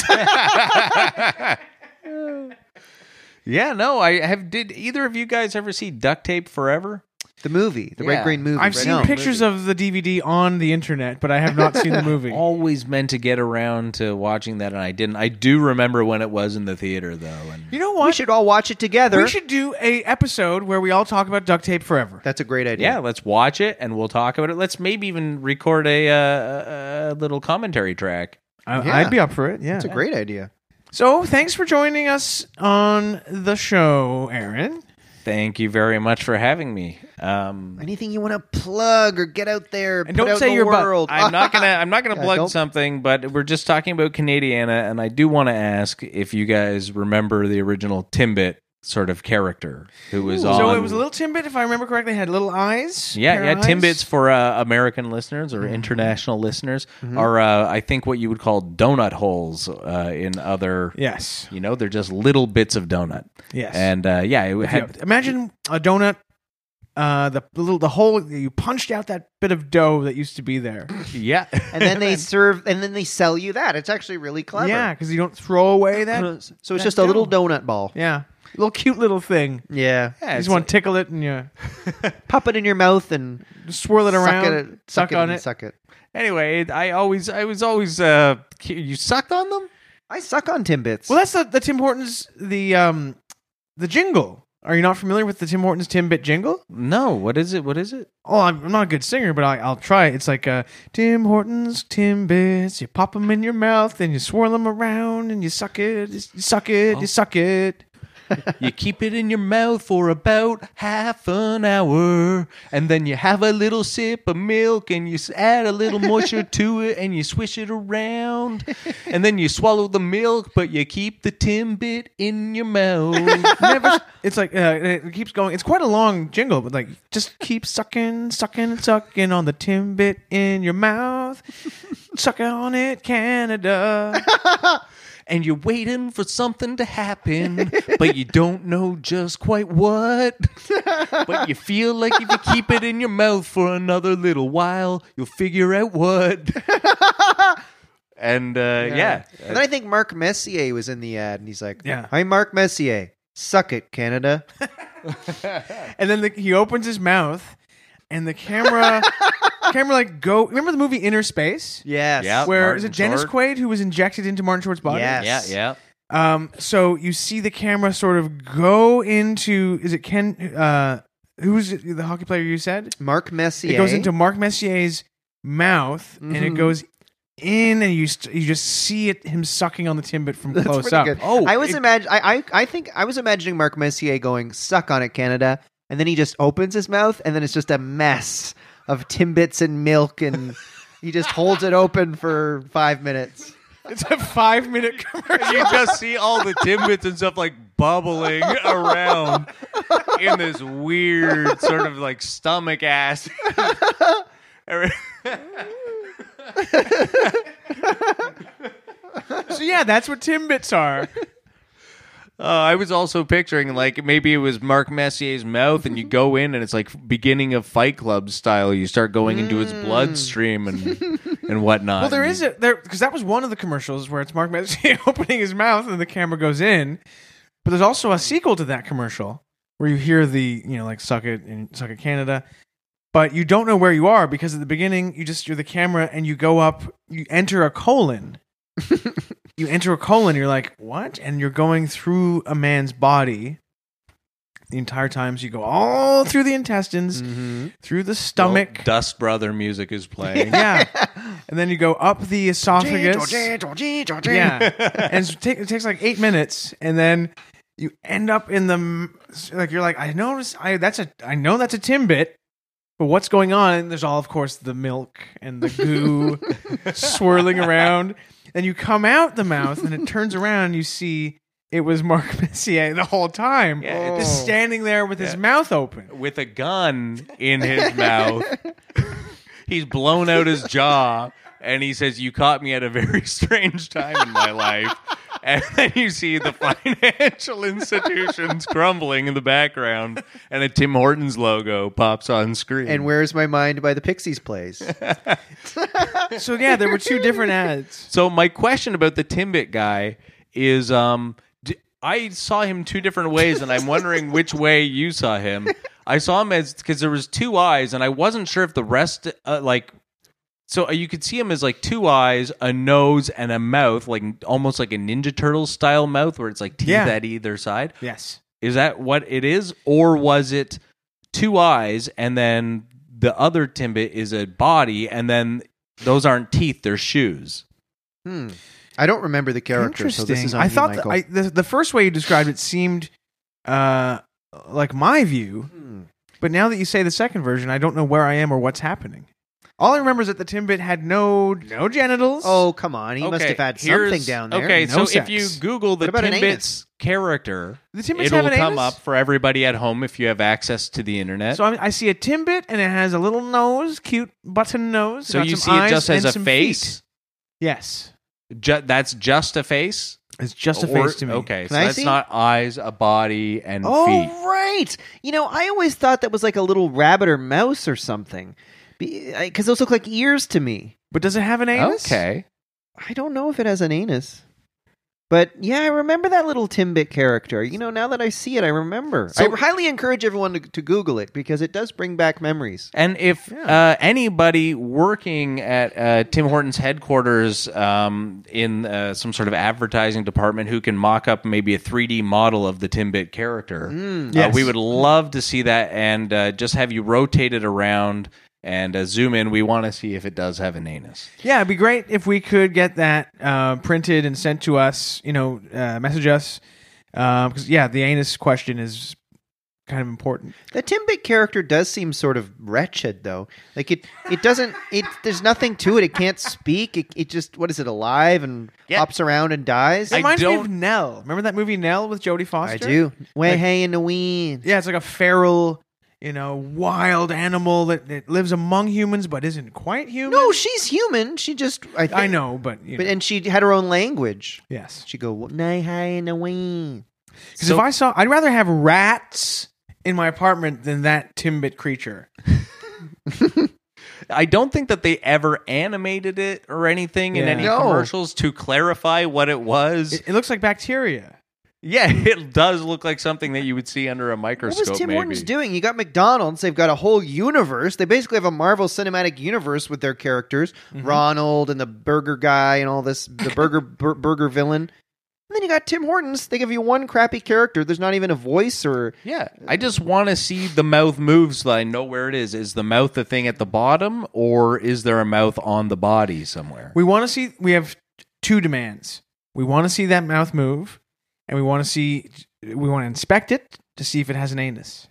E: Yeah, no, I have. Did either of you guys ever see Duct Tape Forever?
B: The movie, the
E: Yeah.
B: Red Green movie.
C: i've
B: right
C: seen
B: now.
C: pictures of the dvd on the internet but i have not seen the movie
E: Always meant to get around to watching that, and I didn't. I do remember when it was in the theater though, and
C: you know
B: We
C: what
B: should all watch it together.
C: we should do a episode where we all talk about duct tape forever
B: That's a great idea.
E: yeah, let's watch it and we'll talk about it. Let's maybe even record a, uh, a little commentary track.
C: I,
B: Yeah.
C: i'd be up for it yeah
B: That's a great idea.
C: so thanks for joining us on the show aaron
E: Thank you very much for having me. Um,
B: Anything you want to plug or get out there,
C: And
B: put
C: don't
B: out
C: say
B: in the
C: your butt.
B: world.
E: I'm not gonna. I'm not gonna
B: Yeah,
E: plug
B: don't-
E: something, but we're just talking about Canadiana, and I do want to ask if you guys remember the original Timbit sort of character who was on.
C: So it was a little Timbit, if I remember correctly, had little eyes.
E: Yeah,
C: pair
E: yeah.
C: of eyes.
E: Timbits for uh, American listeners or international listeners are, uh, I think, what you would call donut holes uh, in other.
C: Yes.
E: You know, they're just little bits of donut.
C: Yes.
E: And uh, yeah, it
C: Yeah,
E: had
C: imagine a donut. Uh, the little the hole you punched out that bit of dough that used to be there.
E: yeah.
B: and then they serve, and then they sell you that. It's actually really clever.
C: Yeah, because you don't throw away that.
B: So it's
C: that
B: just a little donut ball.
C: Yeah, little cute little thing.
B: Yeah.
E: Yeah,
C: you just
E: it's-
C: want to tickle it and you
B: Pop it in your mouth and
C: just swirl it around,
B: suck,
C: suck,
B: it, suck it
C: on
B: and
C: it.
B: Suck it.
E: anyway, it- I always, I was always, uh, cu- you sucked on them.
B: I suck on Timbits.
C: Well, that's the, the Tim Hortons the um the jingle. Are you not familiar with the Tim Hortons Timbit jingle?
E: No, what is it? What is it?
C: Oh, I'm, I'm not a good singer, but I, I'll try. It's like uh, Tim Hortons Timbits. You pop them in your mouth and you swirl them around and you suck it, you suck it,
B: Oh.
C: you suck it.
E: you keep it in your mouth for about half an hour, and then you have a little sip of milk, and you s- add a little moisture to it, and you swish it around, and then you swallow the milk, but you keep the Timbit in your mouth.
C: Never. it's like uh, it keeps going. It's quite a long jingle, but like just keep sucking, sucking, sucking on the Timbit in your mouth. Suck on it, Canada.
E: and you're waiting for something to happen, but you don't know just quite what. But you feel like if you keep it in your mouth for another little while, you'll figure out what. And uh, yeah.
B: and then I think Mark Messier was in the ad, and he's like,
C: Yeah.
B: "Hi, Mark Messier. Suck it, Canada."
C: and then the, he opens his mouth, and the camera, camera like go. Remember the movie Inner Space?
B: Yes.
E: Yeah.
C: Where is
E: Martin
C: it Dennis
E: Short.
C: Quaid who was injected into Martin Short's body?
B: Yes.
E: yeah.
C: Um, so you see the camera sort of go into is it Ken uh who's the hockey player you said?
B: Mark Messier.
C: It goes into Mark Messier's mouth and it
B: Mhm.
C: goes in and you st- you just see it him sucking on the timbit from
B: That's
C: close
B: pretty
C: up.
B: good.
E: Oh,
B: I was
E: it-
B: imagine. I, I I think I was imagining Mark Messier going, "Suck on it, Canada," and then he just opens his mouth, and then it's just a mess of Timbits and milk, and he just holds it open for five minutes.
C: It's a 5 minute commercial.
E: You just see all the Timbits and stuff like bubbling around in this weird sort of like stomach acid.
C: so yeah, that's what timbits are.
E: Uh, I was also picturing like maybe it was Mark Messier's mouth, and you go in and it's like beginning of Fight Club style. You start going into his bloodstream and and whatnot.
C: Well, there is a there because that was one of the commercials where it's Mark Messier opening his mouth and the camera goes in. But there's also a sequel to that commercial where you hear the you know like suck it and suck it Canada, but you don't know where you are because at the beginning you just you're the camera and you go up you enter a colon. you enter a colon, you're like, what? And you're going through a man's body the entire time. So you go all through the intestines,
B: Mm.
C: through the
E: Well,
C: stomach.
E: Dust Brother music is playing.
C: Yeah. and then you go up the esophagus. yeah. and it's- it, take, it takes like eight minutes, and then you end up in the m- like you're like I notice I that's a I know that's a timbit, But what's going on? And there's all, of course, the milk and the goo swirling around. And you come out the mouth, and it turns around, and you see it was Mark Messier the whole time,
E: Yeah,
B: it
C: just
B: is.
C: standing there with his
E: Yeah.
C: mouth open.
E: with a gun in his mouth. He's blown out his jaw, and he says, "You caught me at a very strange time in my life." And then you see the financial institutions crumbling in the background, and a Tim Hortons logo pops on screen.
B: And Where's My Mind by the Pixies plays.
C: So yeah, there were two different ads.
E: So my question about the Timbit guy is, um, d- I saw him two different ways, and I'm wondering which way you saw him. I saw him as because there was two eyes, and I wasn't sure if the rest, uh, like, so uh, you could see him as like two eyes, a nose, and a mouth, like almost like a Ninja Turtles style mouth, where it's like teeth
C: Yeah.
E: at either side.
C: Yes.
E: Is that what it is, or was it two eyes and then the other Timbit is a body, and then those aren't teeth; they're shoes.
B: Hmm. I don't remember the character, so this is on
C: I
B: you,
C: thought
B: Michael.
C: the, I, the, the first way you described it seemed uh, like my view,
B: Hmm.
C: but now that you say the second version, I don't know where I am or what's happening. All I remember is that the Timbit had no no genitals.
B: Oh, come on. He must
E: Okay,
B: have had
E: here's-
B: something down there.
E: Okay,
C: No
E: so if you
C: sex.
E: Google the
B: What about an
E: Timbits
B: anus?
E: character,
C: the Timbits have
E: it'll
C: an
E: come
C: anus?
E: up for everybody at home if you have access to the internet.
C: So I, I see a Timbit and it has a little nose, cute button nose.
E: So
C: got
E: you
C: some
E: see it
C: eyes
E: just as
C: and
E: a
C: some feet.
E: face.
C: Yes,
E: Ju- that's just a face.
C: it's just a
E: Or-
C: face to me.
E: Okay, so
B: I
E: that's
B: see?
E: not eyes, a body, and
B: Oh,
E: feet.
B: right. You know, I always thought that was like a little rabbit or mouse or something. Because those look like ears to me.
C: but does it have an anus?
E: Okay,
B: I don't know if it has an anus. But yeah, I remember that little Timbit character. You know, now that I see it, I remember.
E: So-
B: I highly encourage everyone to, to Google it because it does bring back memories.
E: and if uh, anybody working at uh, Tim Hortons headquarters um, in uh, some sort of advertising department who can mock up maybe a 3D model of the Timbit character,
B: Mm.
E: Uh, we would love to see that and uh, just have you rotate it around and uh, zoom in. We want to see if it does have an anus.
C: Yeah, it'd be great if we could get that uh, printed and sent to us. You know, uh, message us because yeah, the anus question is kind of important.
B: The Timbit character does seem sort of wretched, though. Like it, it doesn't. It there's nothing to it. It can't speak. It, it just what is it? Alive and hops around and dies.
C: It
E: I
C: reminds me of
E: don't-
C: Nell. Remember that movie Nell with Jodie Foster?
B: I do. Way
C: Like-
B: hey in the wind.
C: Yeah, it's like a feral, you know, wild animal that, that lives among humans but isn't quite human.
B: No, she's human. She just I, think,
C: I know, but you
B: but
C: know.
B: and she had her own language.
C: yes.
B: She go nay hey in the wind.
C: Because if I saw, I'd rather have rats in my apartment than that Timbit creature.
E: I don't think that they ever animated it or anything in
C: Yeah.
E: any
B: No.
E: commercials to clarify what it was.
C: It, it looks like bacteria.
E: yeah, it does look like something that you would see under a
B: What
E: microscope.
B: was Tim
E: maybe.
B: Hortons doing? You got McDonald's. They've got a whole universe. They basically have a Marvel Cinematic Universe with their characters,
C: Mm-hmm.
B: Ronald and the Burger Guy and all this, the Burger bur- Burger villain. And then you got Tim Hortons. They give you one crappy character. There's not even a voice or
E: Yeah, I just want to see the mouth move so that I know where it is. Is the mouth the thing at the bottom, or is there a mouth on the body somewhere?
C: We want to see. We have two demands. We want to see that mouth move, and we want to see. We want to inspect it to see if it has an anus.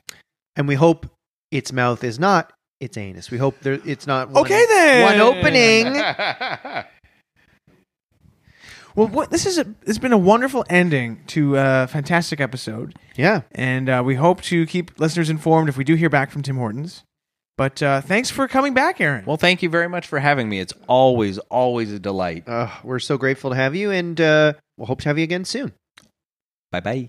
B: and we hope its mouth is not its anus. We hope there it's not one,
C: Okay, then.
B: one opening.
C: Well, what, this is a, it's been a wonderful ending to a fantastic episode,
B: yeah.
C: and uh, we hope to keep listeners informed if we do hear back from Tim Hortons. But uh, thanks for coming back, Aaron.
E: well, thank you very much for having me. It's always, always a delight.
B: Uh, we're so grateful to have you and uh, we'll hope to have you again soon.
E: Bye bye.